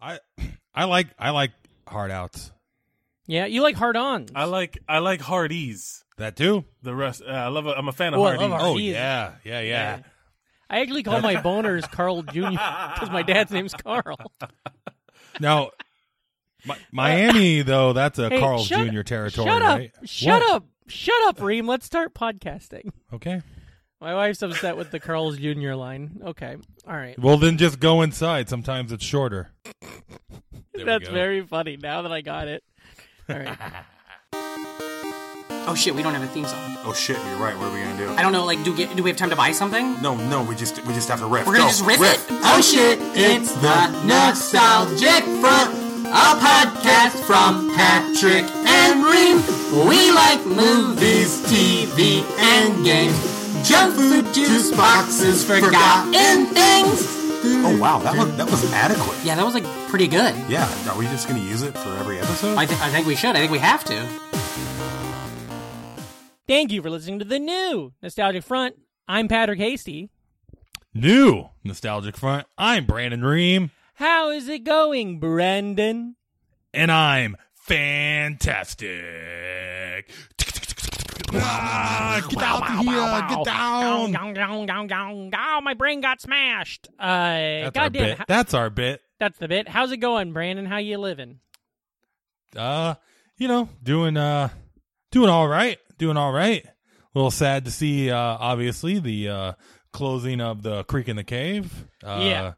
I I like I like hard outs. Yeah, you like hard ons. I like I like Hardee's. That too. The rest, uh, I love. A, I'm a fan of Oh, I Hardee's. love Oh Hardee's. yeah, yeah, yeah. I actually call my boners Carl Jr. because my dad's name's Carl. Now, Mi- Miami though that's a Hey, Carl's shut- Jr. territory. Shut up! right? Shut What? up! Shut up, Reem. Let's start podcasting. Okay. My wife's upset with the Carl's Jr. line. Okay, all right. Well, then just go inside. Sometimes it's shorter. we That's go. very funny. Now that I got it. All right. Oh shit, we don't have a theme song. Oh shit, you're right. What are we gonna do? I don't know. Like, do we, do we have time to buy something? No, no, we just we just have to riff. We're gonna Go, just riff, it. Oh shit, it's the nostalgic front, a podcast from Patrick and Reem. We like movies, TV, and games, junk food, juice boxes, forgotten things. Oh wow, that was that was adequate. Yeah, that was like pretty good. Yeah, are we just gonna use it for every episode? I, th- I think we should. I think we have to. Thank you for listening to the new Nostalgic Front. I'm Patrick Hasty. New nostalgic front. I'm Brandon Ream, How is it going, Brandon? and I'm fantastic. Ah, get out of here! Get down! Gong, gong, gong, gong, gong. Oh, my brain got smashed. Uh, That's our goddamn, bit. ho- That's our bit. that's the bit. How's it going, Brandon? How you living? uh you know doing uh doing all right doing all right a little sad to see uh obviously the uh closing of the creek in the cave uh Yeah.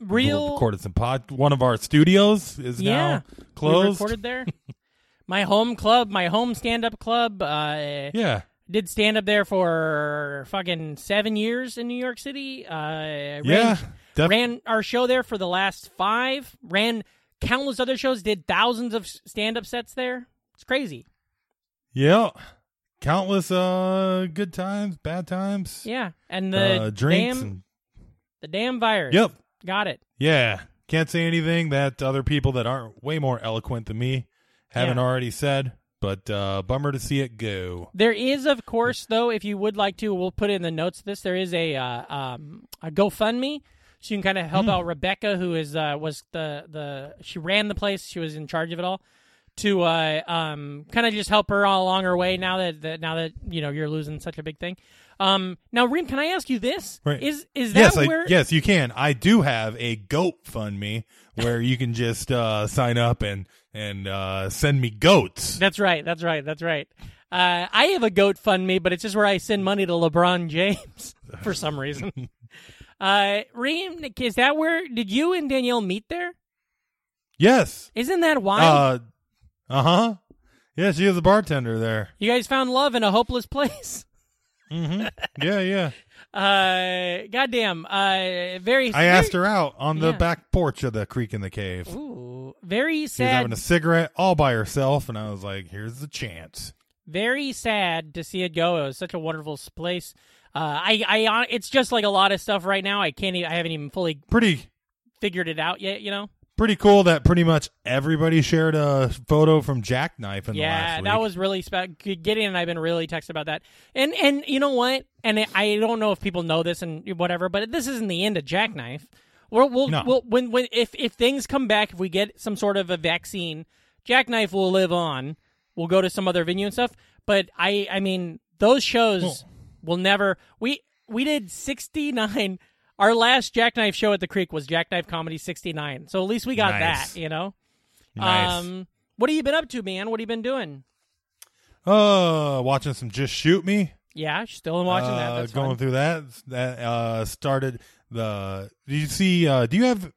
we Real recorded some pod one of our studios is Yeah. now closed We recorded there. my home club, my home stand up club. Uh, yeah Did stand up there for fucking seven years in New York City. Uh, ran, yeah def- ran our show there for the last five. Ran countless other shows. Did thousands of stand up sets there. It's crazy. yeah countless uh good times bad times Yeah, and the uh drinks damn and the damn virus. yep got it. Yeah. Can't say anything that other people that aren't way more eloquent than me haven't Yeah. already said, but uh bummer to see it go. There is, of course, though, if you would like to, we'll put in the notes of this. There is a uh, um, a GoFundMe, so you can kind of Hmm. help out Rebecca, who is uh, was the the she ran the place, she was in charge of it all, to uh, um, kind of just help her all along her way. Now that, that now that you know you're losing such a big thing. Um, now, Reem, can I ask you this? Right. Is is that yes, I- where? yes, you can. I do have a goat fund me where you can just uh sign up and and uh send me goats. That's right. That's right. That's right. Uh, I have a goat fund me, but it's just where I send money to LeBron James for some reason. uh, Reem, is that where did you and Danielle meet there? Yes. Isn't that why Uh uh-huh. Yeah, she is a bartender there. you guys found love in a hopeless place? Yeah, yeah. Uh, goddamn. Uh, very. I asked her out on the Yeah. back porch of the creek in the cave. Ooh, very She was having sad. a cigarette all by herself, and I was like, "Here's the chance." very sad to see it go. It was such a wonderful s- place. Uh, I, I, hon- it's just like a lot of stuff right now. I can't. e- I haven't even fully Pretty figured it out yet. You know. pretty cool that pretty much everybody shared a photo from Jackknife in the yeah last week. that was really spe- gideon and i've been really texted about that and and you know what and i i don't know if people know this and whatever but this isn't the end of jackknife we'll, we'll, No. we'll when when if if things come back if we get some sort of a vaccine jackknife will live on we'll go to some other venue and stuff but i i mean those shows will never we we did 69 our last jackknife show at the creek was jackknife comedy 69 so at least we got Nice. that you know nice. um what have you been up to man what have you been doing uh, watching some Just Shoot Me. Yeah, she's still in watching that. Uh, That's going fun. through that. That uh, started the. Do you see? Uh, do you have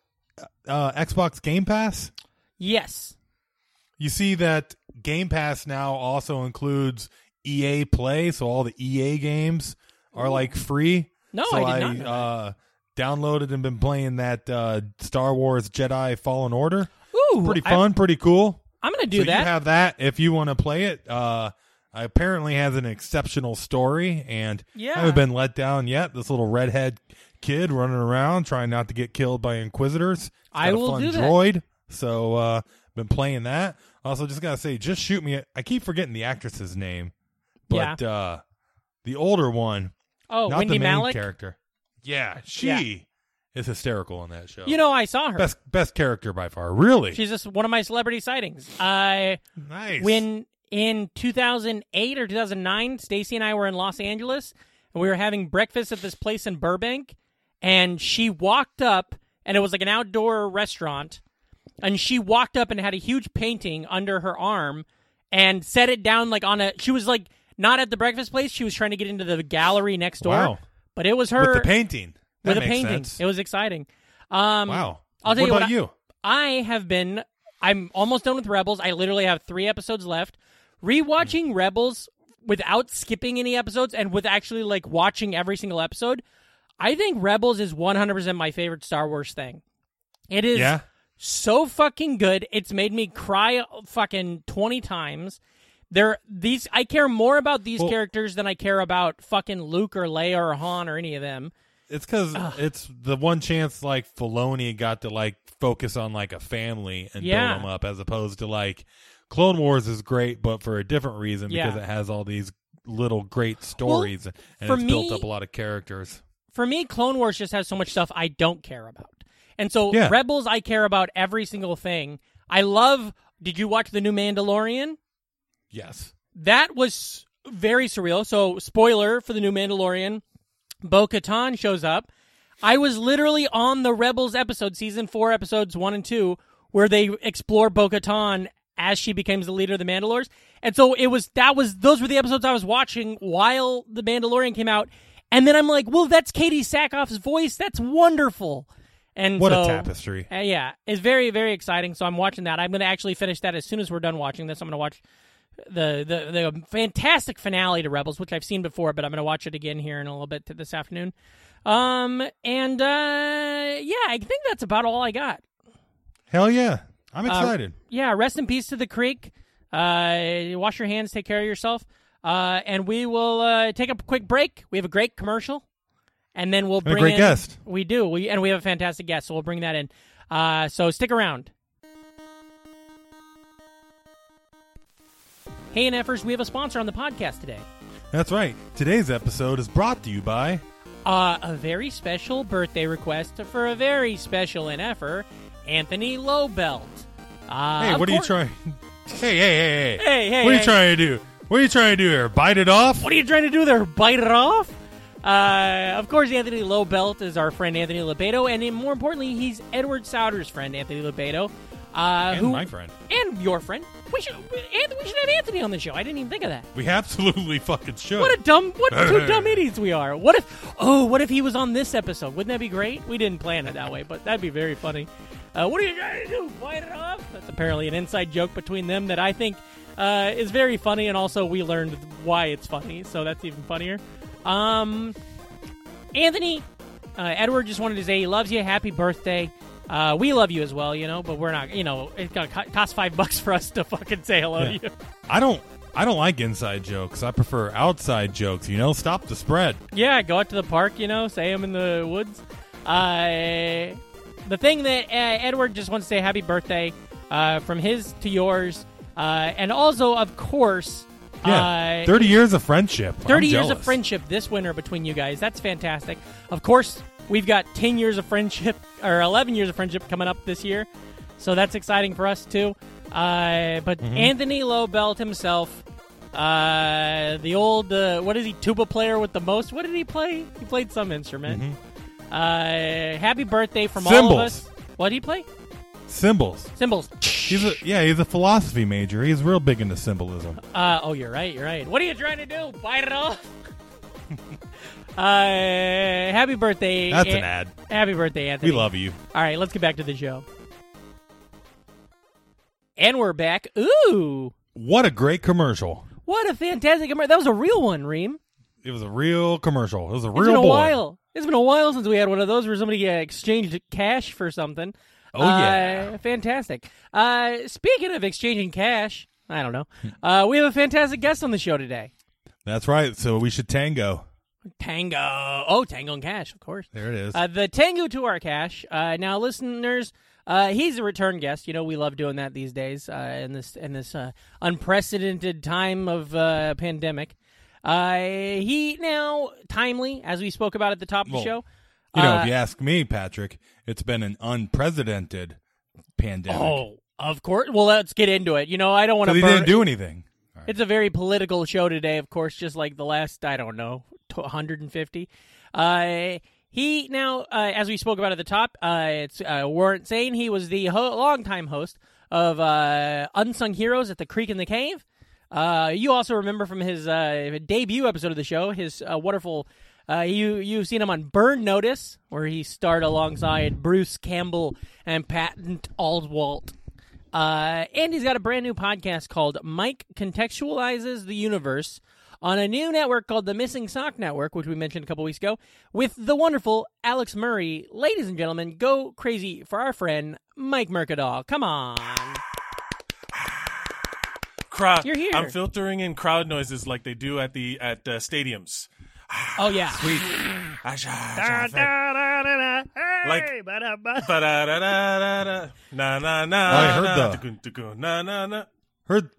uh, Xbox Game Pass? yes. You see that Game Pass now also includes EA Play, so all the EA games are like free. No, so I did not know that. uh, downloaded and been playing that uh, Star Wars Jedi Fallen Order. Ooh, pretty I- fun, pretty cool. I'm gonna do so that. You have that if you want to play it. Uh, I apparently has an exceptional story, and Yeah. I haven't been let down yet. This little redhead kid running around trying not to get killed by inquisitors. It's I got a will fun do that. droid. So uh, been playing that. Also, just gotta say, just shoot me. I keep forgetting the actress's name, but uh, the older one, oh, not Wendy the main Malik. character. Yeah, she is hysterical on that show. You know, I saw her. best best character by far. Really She's just one of my celebrity sightings. I nice. when in 2008 or 2009, Stacy and I were in Los Angeles and we were having breakfast at this place in Burbank, and she walked up and it was like an outdoor restaurant, and she walked up and had a huge painting under her arm and set it down like on a. She was like not at the breakfast place. She was trying to get into the gallery next door. Wow. But it was her with the painting with That a makes painting. sense. It was exciting. Um, wow. I'll tell what you about what I- you. I have been. I'm almost done with Rebels. I literally have three episodes left. Mm-hmm. Rewatching Rebels without skipping any episodes and with actually like watching every single episode, I think Rebels is 100% my favorite Star Wars thing. It is Yeah. so fucking good. It's made me cry fucking 20 times. There, these I care more about these Well- characters than I care about fucking Luke or Leia or Han or any of them. It's because it's the one chance like Filoni got to like focus on like a family and Yeah. build them up, as opposed to like Clone Wars is great, but for a different reason because Yeah. it has all these little great stories and for it's built me- up a lot of characters. for me, Clone Wars just has so much stuff I don't care about. And so Yeah. Rebels, I care about every single thing. I love. Did you watch the new Mandalorian? Yes. That was very surreal. So, spoiler for the new Mandalorian, Bo Katan shows up. I was literally on the Rebels episode, season four, episodes one and two, where they explore Bo Katan as she becomes the leader of the Mandalores. And so it was that was those were the episodes I was watching while the Mandalorian came out. And then I'm like, well, that's Katie Sackhoff's voice. That's wonderful. And What so- a tapestry. uh, yeah, it's very very exciting. So I'm watching that. I'm going to actually finish that as soon as we're done watching this. I'm going to watch the, the the fantastic finale to Rebels, which I've seen before, but I'm going to watch it again here in a little bit t- this afternoon. Um, and uh, yeah, I think that's about all I got. Hell yeah. Uh, I'm excited. Yeah, rest in peace to the creek. Uh, wash your hands, take care of yourself, uh, and we will uh, take a quick break. We have a great commercial, and then we'll a bring great in- guest. We do, we and we have a fantastic guest, so we'll bring that in. Uh, so stick around. Hey, and efforts, we have a sponsor on the podcast today. That's right. Today's episode is brought to you by Uh, a very special birthday request for a very special NFer, Anthony Lowbelt. Uh, Hey, of what are you course- trying? Hey, hey, hey, hey. Hey, hey, What are hey. you trying to do? What are you trying to do here? Bite it off? What are you trying to do there? Bite it off? Uh, of course, Anthony Lowbelt is our friend Anthony Lebedo, and then more importantly, he's Edward Souter's friend Anthony Lebedo. Uh, And who, my friend. And your friend. We should, we, Anthony, we should have Anthony on the show. I didn't even think of that. We absolutely fucking should. What a dumb, what two dumb idiots we are. What if, oh, what if he was on this episode? Wouldn't that be great? We didn't plan it that way, but that'd be very funny. Uh, what are you trying to do? Bite it off? That's apparently an inside joke between them that I think uh, is very funny, and also we learned why it's funny, so that's even funnier. Um, Anthony, uh, Edward just wanted to say he loves you. Happy birthday. Uh, we love you as well, you know, but we're not, you know, it's gonna co- cost five bucks for us to fucking say hello Yeah. to you. I don't I don't like inside jokes. I prefer outside jokes, you know? Stop the spread. Yeah, go out to the park, you know, say them in the woods. Uh, the thing that uh, Edward just wants to say happy birthday uh, from his to yours. Uh, and also, of course, Yeah. uh, 30 years of friendship. I'm 30 years of jealous. friendship this winter between you guys. That's fantastic. Of course, we've got 10 years of friendship or 11 years of friendship coming up this year. So that's exciting for us too. Uh, but Mm-hmm. Anthony Lobelt himself, uh, the old, uh, what is he, tuba player with the most? What did he play? He played some instrument. Uh, happy birthday from all of Mm-hmm. Cymbals. us. What did he play? Symbols. Cymbals. He's a yeah, he's a philosophy major. He's real big into symbolism. Uh, oh, you're right. You're right. What are you trying to do? Bite it off. uh, happy birthday. That's an An- ad. Happy birthday, We Anthony. love you. All right, let's get back to the show. And we're back. Ooh, What a great commercial. what a fantastic emer- That was a real one, Reem. It was a real commercial. It was a It's real been a boy. while. It's been a while since we had one of those where somebody uh, exchanged cash for something. Oh, yeah. Uh, fantastic. Uh, speaking of exchanging cash, I don't know. Hmm. Uh, we have a fantastic guest on the show today. That's right. So we should tango. Tango. Oh, Tango and Cash, of course. There it is. Uh, the Tango to our Cash. Uh, now, listeners, uh, he's a return guest. You know, we love doing that these days uh, in this in this uh, unprecedented time of uh, pandemic. Uh, he now timely, as we spoke about at the top of the Well, show. You know, Uh, if you ask me, Patrick, it's been an unprecedented pandemic. Oh, of course. Well, let's get into it. You know, I don't want so to they burn. didn't do anything. All right. It's a very political show today, of course, just like the last, I don't know, t- 150. Uh, he now, uh, as we spoke about at the top, uh, it's uh, Warrant Zane. He was the ho- longtime host of uh, Unsung Heroes at the Creek in the Cave. Uh, you also remember from his uh, debut episode of the show, his uh, wonderful. Uh, you you've seen him on Burn Notice, where he starred alongside Bruce Campbell and Patton Aldwalt. Uh, and he's got a brand new podcast called Mike Contextualizes the Universe on a new network called the Missing Sock Network, which we mentioned a couple weeks ago, with the wonderful Alex Murray. Ladies and gentlemen, go crazy for our friend Mike Mercadal. Come on. Crowd. You're here. I'm filtering in crowd noises like they do at the at uh, stadiums. Ah, Oh, yeah. Asha, asha, Like- ba-da-da-da-da-da, Na na na. I heard na, that. tukun, tukun, Na na na. Heard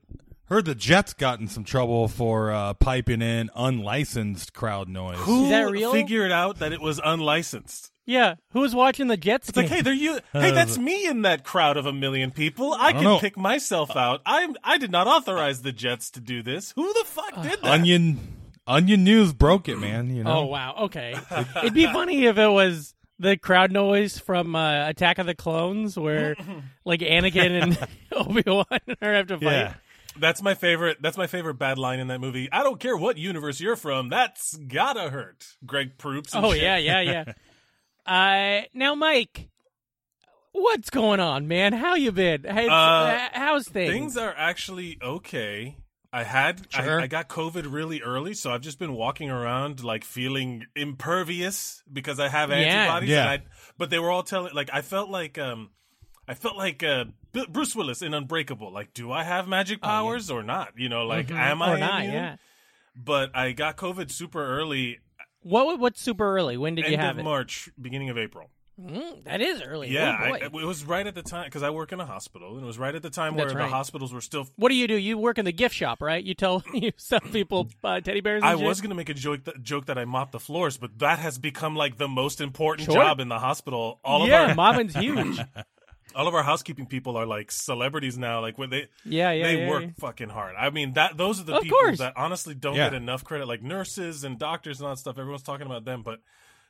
heard the Jets got in some trouble for uh, piping in unlicensed crowd noise. Who Is that real? figured out that it was unlicensed? Yeah. Who's watching the Jets It's like, hey, they're you. Hey, that's me in that crowd of a million people. I don't can know. pick myself out. I'm. I did not authorize the Jets to do this. Who the fuck Uh, did that? Onion Onion News broke it, man. You Oh, know, wow. Okay. It'd be funny if it was the crowd noise from uh, Attack of the Clones, where like Anakin and Obi-Wan are have to fight. yeah. That's my favorite. That's my favorite bad line in that movie. I don't care what universe you're from. That's gotta hurt. Greg Proops. and Oh shit. yeah, yeah, yeah. uh, now, Mike, what's going on, man? How you been? Hey, it's- Uh, uh, how's things? Things are actually okay. I had Sure. I, I got COVID really early, so I've just been walking around like feeling impervious because I have Yeah. antibodies. Yeah. And I, but they were all telling like I felt like um I felt like uh, B- Bruce Willis in Unbreakable. Like, do I have magic powers or not? You know, like am Oh, Mm-hmm. Mm, I or not? immune? Yeah. But I got COVID super early, What? What's super early? When did you end have of it? March, beginning of April. Mm, that is early. Yeah, Oh, I, boy. it was right at the time because I work in a hospital, and it was right at the time That's where right. the hospitals were still. what do you do? You work in the gift shop, right? You tell you sell people uh, teddy bears. And I shit? was going to make a joke that, joke that I mopped the floors, but that has become like the most important Sure. job in the hospital. All yeah, of our mobbing's huge. all of our housekeeping people are like celebrities now. Like when they Yeah, yeah, they yeah, work yeah. fucking hard. I mean that those are the Of people course. that honestly don't Yeah. get enough credit, like nurses and doctors and all that stuff. Everyone's talking about them, but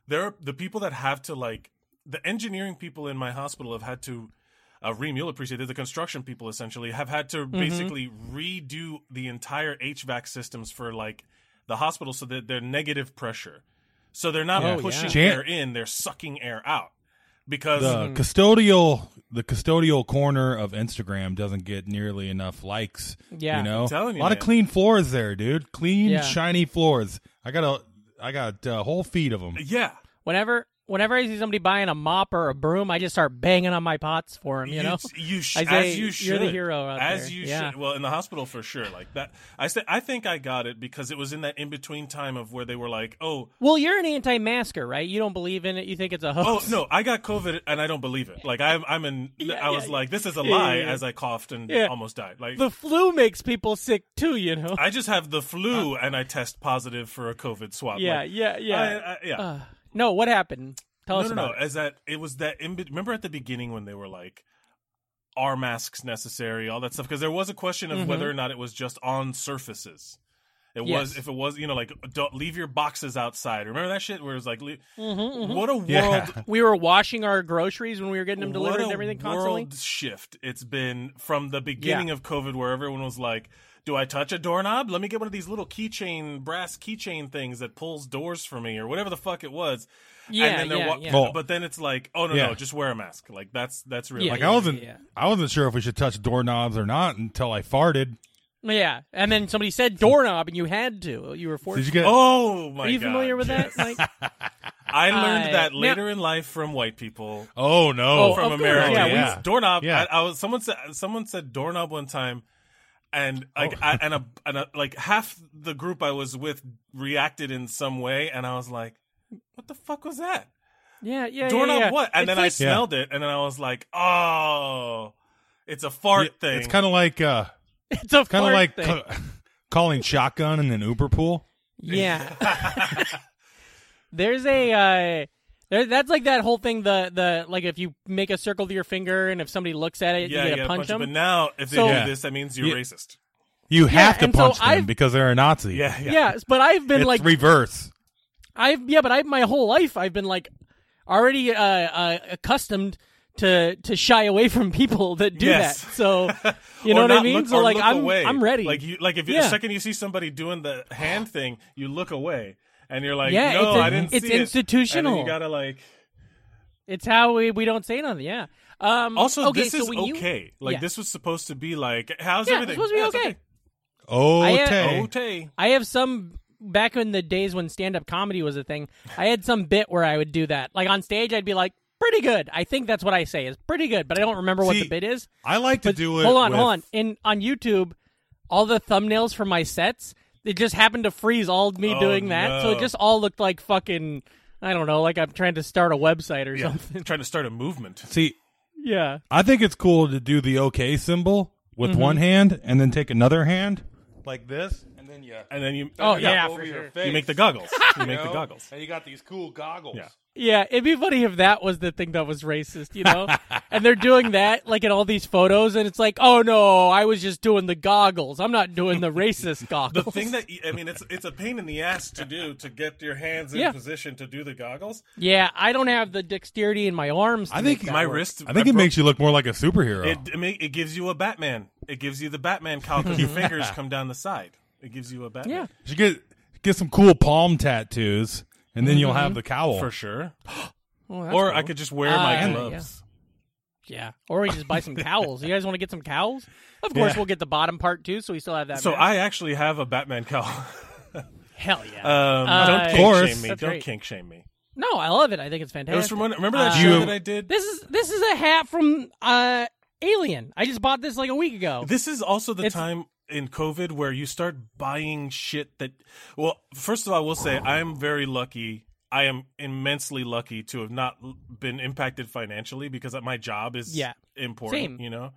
they're the people that have to like the engineering people in my hospital have had to. Uh, Reem, you'll appreciate it. The construction people essentially have had to Mm-hmm. basically redo the entire HVAC systems for like the hospital, so that they're negative pressure. So they're not Yeah. Oh, pushing yeah. air in; they're sucking air out because The custodial the custodial corner of Instagram doesn't get nearly enough likes. Yeah. you know, I'm telling you, a lot man. of clean floors there, dude. Clean, Yeah. shiny floors. I got a I got a whole feet of them. yeah, whenever whenever I see somebody buying a mop or a broom, I just start banging on my pots for him. You, know. you sh- I say, as you should. "You're the hero out as there." you Yeah. should. Well, in the hospital for sure. Like that. I said. I think I got it because it was in that in between time of where they were like, oh, Well, you're an anti-masker, right? You don't believe in it. You think it's a oh hoax. no, I got COVID and I don't believe it. Like I'm, I'm in. I was yeah, like, this is a yeah, yeah, lie. yeah. As I coughed and Yeah. almost died. Like. The flu makes people sick too, you know. I just have the flu and I test positive for a COVID swab. Uh, yeah, Like, yeah, yeah, I, I, yeah. Uh, no, what happened? Tell us no, no, about no. As that, it was that. In, be- remember at the beginning when they were like, "Are masks necessary?" All that stuff because there was a question of whether or not it was just on surfaces. It was Mm-hmm. Yes. if it was you know like don't leave your boxes outside. Remember that shit where it was like, le- Mm-hmm, what a world, Yeah. it. We were washing our groceries when we were getting them what delivered a and everything constantly. world shift it's been from the beginning of COVID where everyone was like. Do I touch a doorknob? Let me get one of these little keychain, brass keychain things that pulls doors for me, or whatever the fuck it was. Yeah, and then they're yeah, wa- yeah. Well- but then it's like, oh no, Yeah. no, just wear a mask. Like that's that's real. Yeah, Like, Like I wasn't I wasn't sure if we should touch doorknobs or not until I farted. Yeah, and then somebody said doorknob, and you had to. You were forced. Did you get? Oh my god! Are you familiar with that? Like, I learned Uh, that now- later in life from white people Oh no! Oh, from of course, America. yeah, yeah. We, doorknob. Yeah. I, I was someone said someone said doorknob one time, and Oh. like I, and a and a, like half the group I was with reacted in some way, and I was like, what the fuck was that? yeah, yeah, doorknob yeah, yeah. what? And It's then I like- Yeah. smelled it, and then I was like, oh, it's a fart thing. It's kind of like uh, it's a kind of fart like thing. ca- calling shotgun in an Uber pool. yeah. There's a uh, There, that's like that whole thing. The the like if you make a circle with your finger and if somebody looks at it, Yeah, you yeah, get to punch punch 'em. them. But now, if they So- do Yeah. this, that means you're Yeah. racist. You have to and so punch them I've- because they're a Nazi. Yeah, yeah. yeah. but I've been it's like, reverse. I've yeah, but I my whole life I've been like already uh, uh, accustomed to to shy away from people that do Yes. that. So you know Or what I not mean? look- so or like look I'm away. I'm ready. Like you, like if you Yeah. the second you see somebody doing the hand thing, you look away and you're like, Yeah, no, it's a- I it's didn't. see it." And then institutional. you gotta like. it's how we, we don't say nothing. Yeah. Um, Also, okay, this so is when you- okay. Like Yeah. this was supposed to be like, how's Yeah, it's everything? supposed to be Yeah, it's okay. uh, Okay. Okay. I have some back in the days when stand up comedy was a thing. I had some bit where I would do that. Like on stage, I'd be like, "Pretty good." I think that's what I say is pretty good, but I don't remember what See, the bit is. I like to But do it. hold on, hold with- on. In on YouTube, all the thumbnails for my sets, it just happened to freeze all of me Oh, doing that, so it no. just all looked like fucking. I don't know, like I'm trying to start a website or Yeah. something. Trying to start a movement. See, Yeah. I think it's cool to do the okay symbol with Mm-hmm. one hand and then take another hand like this, and then you And then you. uh, Oh, yeah, over for your sure. face. You make the goggles. You make you the know? goggles. and you got these cool goggles. Yeah. Yeah, it'd be funny if that was the thing that was racist, you know? and they're doing that, like in all these photos, and it's like, oh no, I was just doing the goggles. I'm not doing the racist goggles. The thing that I mean, it's it's a pain in the ass to do to get your hands in Yeah. position to do the goggles. yeah, I don't have the dexterity in my arms. to I think make that My work. wrist. I think it broke- makes you look more like a superhero. It, it, ma- it gives you a Batman. It gives you the Batman cowl 'cause your fingers come down the side. It gives you a Batman. Yeah. you should get get some cool palm tattoos, and then Mm-hmm. you'll have the cowl. For sure. Well, Oh, that's Or cool. I could just wear Uh, my yeah. gloves. Yeah. Or we just buy some cowls. You guys want to get some cowls? Of course, Yeah. we'll get the bottom part too, so we still have that. So man. I actually have a Batman cowl. Hell Ah, yeah. Um, don't kink course. shame me. That's don't great. kink shame me. no, I love it. I think it's It fantastic. was from one, remember that Uh, show You- that I did. this is this is a hat from uh, Alien. I just bought this like a week ago. This is also the It's- time in COVID where you start buying shit that. Well, first of all, I will say I am very lucky. I am immensely lucky to have not l- been impacted financially because my job is Yeah. important. Same. You know,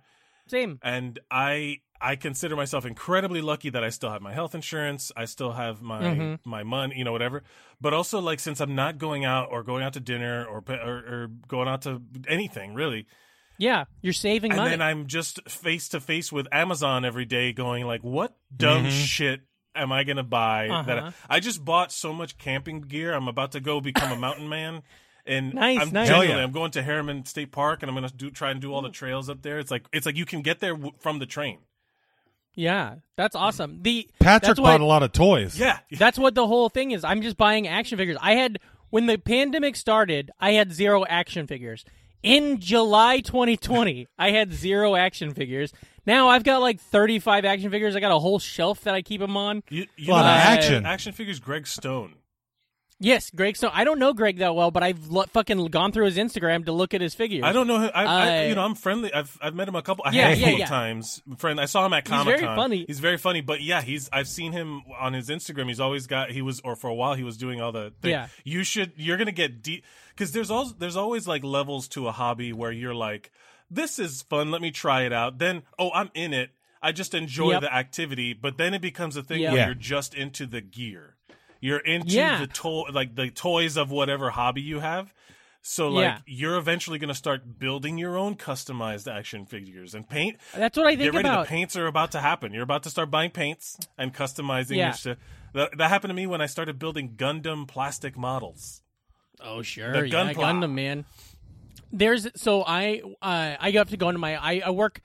Same. and I I consider myself incredibly lucky that I still have my health insurance, I still have my Mhm. my money, you know, whatever. But also, like, since I'm not going out or going out to dinner or pa- or, or going out to anything really, Yeah, you're saving and money. then I'm just face to face with Amazon every day, going like, what dumb shit. Am I gonna buy that? Mm-hmm. Uh-huh. I, I just bought so much camping gear. I'm about to go become a mountain man, and Nice, I'm nice. Hell genuinely- yeah. I'm going to Harriman State Park, and I'm gonna do try and do all the trails up there. It's like it's like you can get there w- from the train. yeah, that's awesome. The Patrick that's bought what, a lot of toys. Yeah. That's what the whole thing is. I'm just buying action figures. I had when the pandemic started, I had zero action figures. In July 2020, I had zero action figures. Now I've got like 35 action figures. I got a whole shelf that I keep them on. You, you A lot know, of uh, action. Action figures Greg Stone. Yes, Greg Stone. I don't know Greg that well, but I've lo- fucking gone through his Instagram to look at his figures. I don't know him. I, I, Uh, you know, I'm friendly. I've I've met him a couple a Yeah, handful yeah, yeah. of times. Friend, I saw him at He's Comic very Con. funny. He's very funny. But yeah, he's I've seen him on his Instagram. He's always got he was or for a while he was doing all the thing. Yeah. You should you're gonna get deep because there's also there's always like levels to a hobby where you're like this is fun. Let me try it out. Then oh I'm in it. I just enjoy Yep. the activity. But then it becomes a thing Yep. where Yeah. you're just into the gear. You're into Yeah. the toy like the toys of whatever hobby you have. So like Yeah. you're eventually going to start building your own customized action figures and paint. That's what I think Get ready, about. the paints are about to happen. You're about to start buying paints and customizing Yeah. your stuff. That, that happened to me when I started building Gundam plastic models. Oh sure, The yeah, Gunpla. Gundam man. There's so I uh, I have to go into my I, I work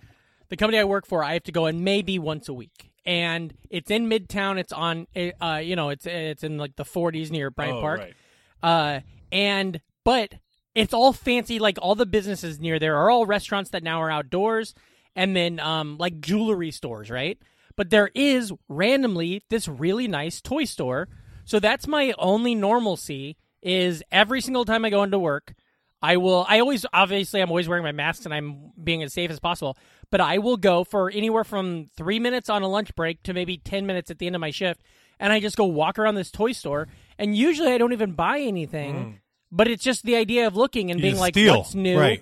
the company I work for. I have to go in maybe once a week, and it's in Midtown. It's on uh, you know it's it's in like the 40s near Bryant Oh, Park. right. Uh, and but it's all fancy. Like all the businesses near there are all restaurants that now are outdoors, and then um like jewelry stores, right? But there is randomly this really nice toy store. So that's my only normalcy. Is every single time I go into work, I will. I always obviously I'm always wearing my mask and I'm being as safe as possible. But I will go for anywhere from three minutes on a lunch break to maybe ten minutes at the end of my shift, and I just go walk around this toy store. And usually I don't even buy anything, but it's just the idea of looking Mm. and You being just like, steal. "What's new?" Right.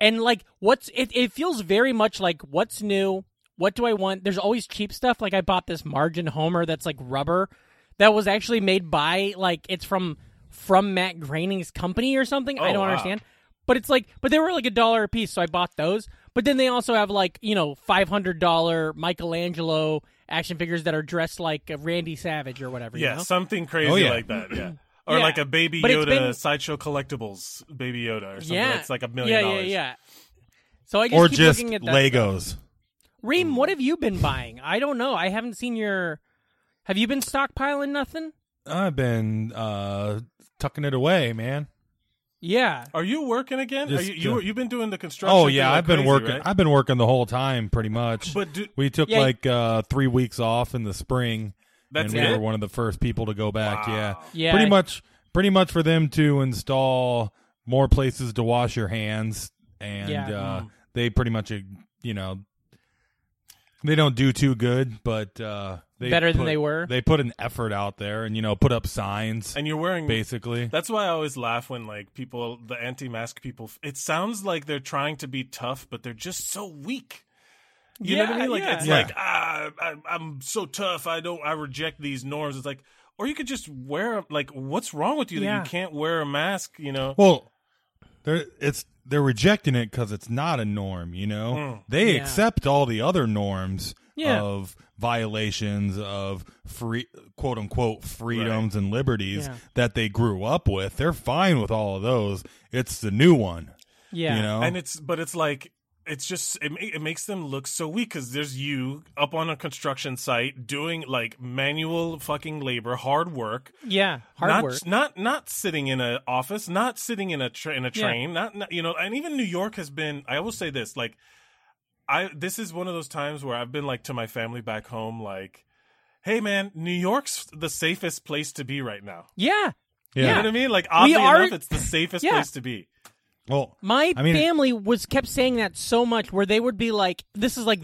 and like what's it, it feels very much like what's new what do i want there's always cheap stuff like i bought this margin homer that's like rubber that was actually made by like it's from from Matt Groening's company or something. I Oh, don't wow. understand. But it's like, but they were like a dollar a piece, so I bought those. But then they also have like you know five hundred dollar Michelangelo action figures that are dressed like uh, Randy Savage or whatever. you Yeah, know? something crazy Oh, yeah. like that. Yeah. Or Yeah. like a Baby But it's Yoda been- sideshow collectibles, Baby Yoda or something. yeah, That's like a million Yeah, dollars. yeah, yeah. So I just or keep just looking at that Legos. Mm. Reem, what have you been buying? I don't know. I haven't seen your. Have you been stockpiling nothing? I've been uh, tucking it away, man. Yeah. Are you working again? Just, Are you, you uh, you've been doing the construction. Oh thing yeah, like I've been crazy, working. right? I've been working the whole time, pretty much. But do, we took Yeah, you- like uh, three weeks off in the spring, that's and we it. were one of the first people to go back. Yeah, Yeah. pretty much, pretty much for them to install more places to wash your hands, and Yeah. uh, Mm. they pretty much, uh, you know, they don't do too good, but uh, they Better than put- they were? They put an effort out there, and you know, put up signs, and you're wearing basically. That's why I always laugh when like people, the anti-mask people. It sounds like they're trying to be tough, but they're just so weak. You know what I Yeah, mean? Like yeah. it's Yeah. like ah, I, I'm so tough. I don't. I reject these norms. It's like, or you could just wear like, what's wrong with you Yeah. that you can't wear a mask? You know? Well, they're it's they're rejecting it because it's not a norm. You know, they Yeah. accept all the other norms Yeah. of violations of free quote unquote freedoms and liberties Yeah. that they grew up with. They're fine with all of those. It's the new one. Yeah. You know, And it's but it's like it's just it, ma- it makes them look so weak because there's you up on a construction site doing like manual fucking labor, hard work, Yeah. Hard not, work. Not not sitting in an office, not sitting in a tra- in a Yeah. train, not, not you know. And even New York has been. I will say this, like I this is one of those times where I've been like to my family back home, like, hey man, New York's the safest place to be right now. Yeah. yeah. You know yeah. what I mean? Like oddly are- enough, it's the safest Yeah. place to be. Well, My I mean- family was kept saying that so much where they would be like, this is like,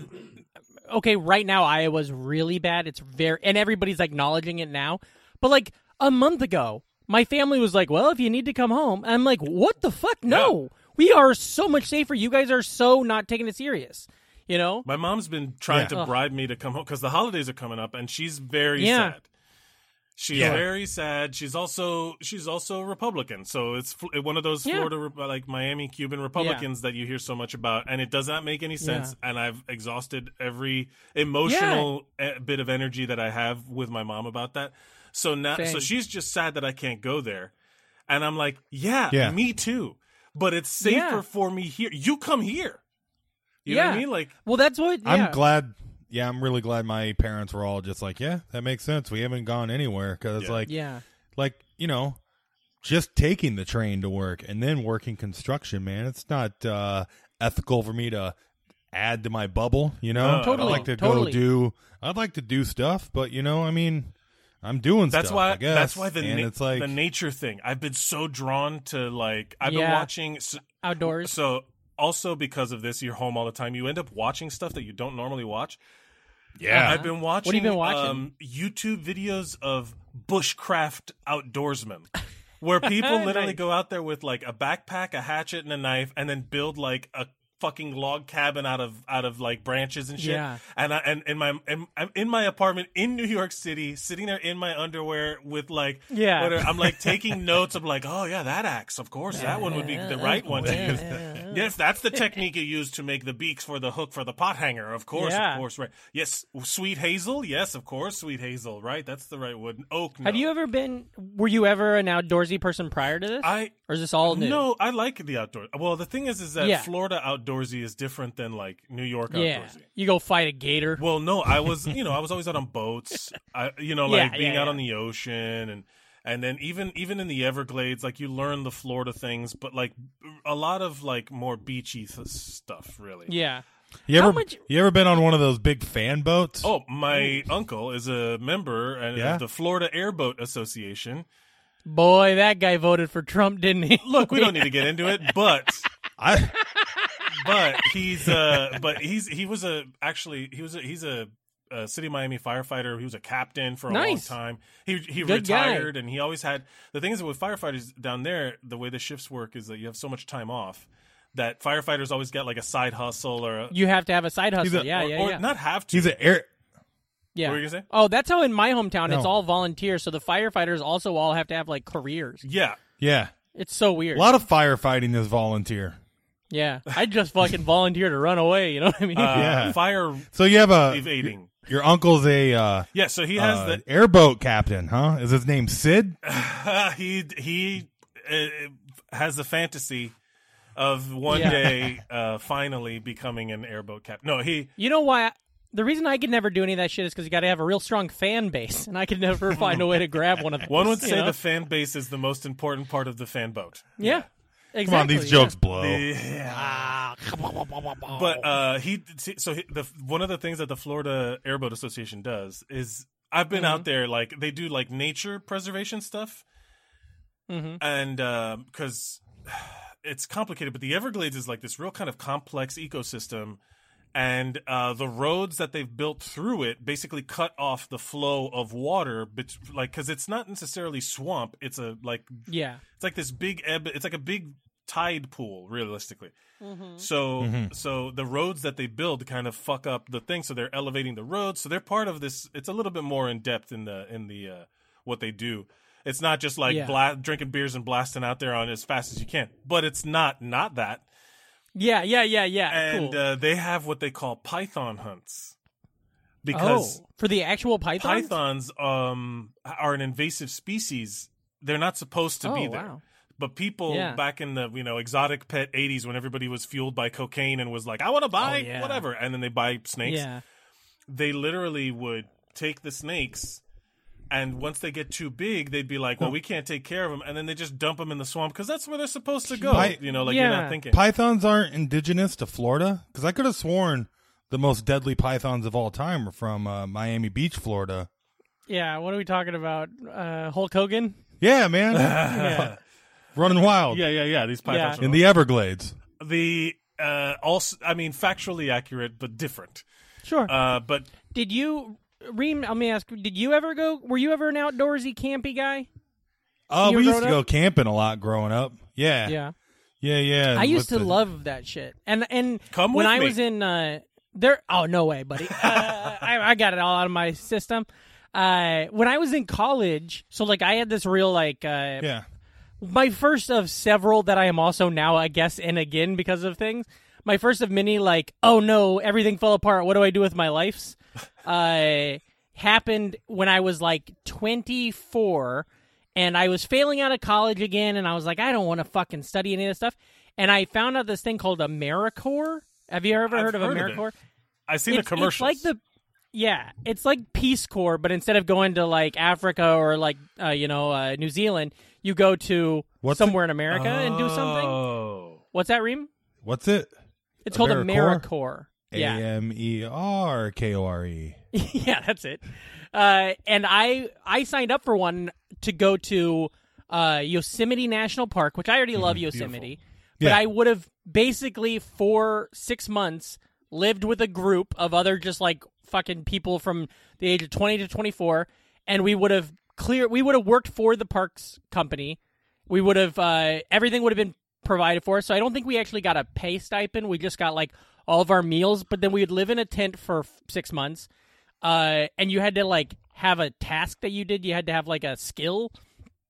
okay, right now Iowa's really bad. It's very, and everybody's acknowledging it now. But like a month ago, my family was like, well, if you need to come home, I'm like, what the fuck? No. We are so much safer. You guys are so not taking it serious. You know? My mom's been trying Yeah. to bribe me to come home because the holidays are coming up, and she's very Yeah. sad. She's Yeah. very sad. She's also she's also Republican, so it's fl- one of those Yeah. Florida Re- like Miami Cuban Republicans that you hear so much about, and it does not make any sense. And I've exhausted every emotional eh, bit of energy that I have with my mom about that. So now, so Same. she's just sad that I can't go there, and I'm like, yeah, Yeah. me too. But it's safer Yeah. for me here. You come here. You know what I Yeah. mean? Like Well, that's what. yeah. I'm glad. Yeah, I'm really glad my parents were all just like, yeah, that makes sense. We haven't gone anywhere because Yeah. like Yeah. like you know just taking the train to work and then working construction man it's not uh ethical for me to add to my bubble you know No, Totally, i'd like to totally. go do i'd like to do stuff but you know i mean i'm doing That's stuff, why. I guess. That's why the and na- it's like the nature thing. I've been so drawn to like I've been Yeah. watching. So, Outdoors. so also because of this, you're home all the time. You end up watching stuff that you don't normally watch. yeah I've been watching. What have you been watching? Um, YouTube videos of bushcraft outdoorsmen. Where people literally Nice. go out there with like a backpack, a hatchet, and a knife, and then build like a fucking log cabin out of out of like branches and shit. Yeah. And I and in my and I'm in my apartment in New York City, sitting there in my underwear with like Yeah. whatever. I'm like taking notes. I'm like, oh yeah, that axe, of course, that one would be the right one to use. yes, that's the technique you use to make the beaks for the hook for the pot hanger. Of course, Yeah. of course, right. Yes, sweet hazel. Yes, of course, sweet hazel. Right, that's the right wood. Oak. No. Have you ever been? Were you ever an outdoorsy person prior to this? I or is this all new? No, I like the outdoors. Well, the thing is, is that Yeah. Florida outdoorsy is different than like New York Yeah. outdoorsy. You go fight a gator. Well, no, I was, you know, I was always out on boats. I, you know, Yeah, like being yeah, out yeah. on the ocean and and then even even in the Everglades, like you learn the Florida things, but like a lot of like more beachy th- stuff, really. yeah. you ever how much- you ever been on one of those big fan boats Oh, my uncle is a member and Yeah. of the Florida Airboat Association. Boy, that guy voted for Trump, didn't he? Look, we don't need to get into it, but i but he's uh but he's he was a actually he was a, he's a, uh city of Miami firefighter. He was a captain for a Nice. long time. He he Good guy. retired and he always had the thing is with firefighters down there, the way the shifts work is that you have so much time off that firefighters always get like a side hustle or a, You have to have a side hustle. a- yeah, or, yeah, or yeah. not have to. he's an air Yeah. What were you gonna say? Oh, that's how in my hometown it's No. all volunteers. So the firefighters also all have to have like careers. Yeah. Yeah. It's so A weird. lot of firefighting is volunteer. yeah. I just fucking volunteer to run away. You know what I mean? Uh, Yeah. Fire So you have a evading. your uncle's a uh, Yeah. So he has uh, the airboat captain, huh? Is his name Sid? uh, he he uh, has the fantasy of one Yeah. day uh, finally becoming an airboat captain. No, he you know why? The reason I could never do any of that shit is because you got to have a real strong fan base, and I could never find a way to grab one of them. one would say the fan base is the most important part of the fan boat. yeah, exactly. Come on, these yeah. jokes blow. Yeah. But uh, he so he, the one of the things that the Florida Airboat Association does is I've been out there like they do like nature preservation stuff, Mhm. and because it's complicated, but the Everglades is like this real kind of complex ecosystem. And uh, the roads that they've built through it basically cut off the flow of water, bet- like because it's not necessarily swamp; it's a like Yeah, it's like this big ebb. It's like a big tide pool, realistically. Mm-hmm. So so the roads that they build kind of fuck up the thing. So they're elevating the roads. So they're part of this. It's a little bit more in depth in the in the uh, what they do. It's not just like Yeah. bla- drinking beers and blasting out there on as fast as you can. But it's not not that. yeah, yeah, yeah, yeah. And cool. uh, they have what they call python hunts because oh, for the actual python, pythons um are an invasive species. They're not supposed to oh, be there. Wow. But people Yeah. back in the you know exotic pet '80s, when everybody was fueled by cocaine and was like, "I want to buy Oh, yeah. whatever," and then they buy snakes. Yeah, They literally would take the snakes, and once they get too big, they'd be like, "Well, we can't take care of them," and then they just dump them in the swamp because that's where they're supposed to go. Pi- you know, like you're Yeah. not thinking. Pythons aren't indigenous to Florida because I could have sworn the most deadly pythons of all time are from uh, Miami Beach, Florida. yeah. What are we talking about? Uh, Hulk Hogan. Yeah, man, Yeah, running wild yeah, yeah, yeah. These pythons Yeah. are in the Everglades. the uh, also, I mean, factually accurate but different. sure. Uh, but did you, Reem? Let me ask. Did you ever go? Were you ever an outdoorsy, campy guy? Oh, You we were used to growing go up? camping a lot growing up. Yeah, Yeah. yeah, yeah. I used to With the- love that shit. And and Come when with I me. was in uh, there, oh no way, buddy. Uh, I, I got it all out of my system. Uh, when I was in college, so like I had this real like uh, Yeah, my first of several that I am also now I guess in again because of things. My first of many like oh no everything fell apart. What do I do with my life's? uh, happened when I was like 24 and I was failing out of college again and I was like, I don't want to fucking study any of this stuff. And I found out this thing called AmeriCorps. Have you ever I've heard of heard of it. AmeriCorps? I see the it's, it's commercials. like the yeah, it's like Peace Corps, but instead of going to like Africa or like uh, you know uh, New Zealand, you go to What's somewhere in America and do something. Oh. What's that, Reem? what's it? It's called AmeriCorps? AmeriCorps. A Yeah, M E R K O R E. yeah, that's it. Uh, and I I signed up for one to go to uh, Yosemite National Park, which I already love Yosemite. But Yeah. I would have basically for six months lived with a group of other just like fucking people from the age of twenty to twenty four, and we would have clear we would have worked for the parks company. We would have uh, everything would have been provided for us. So I don't think we actually got a pay stipend. We just got like all of our meals, but then we would live in a tent for f- six months uh, and you had to like have a task that you did. You had to have like a skill,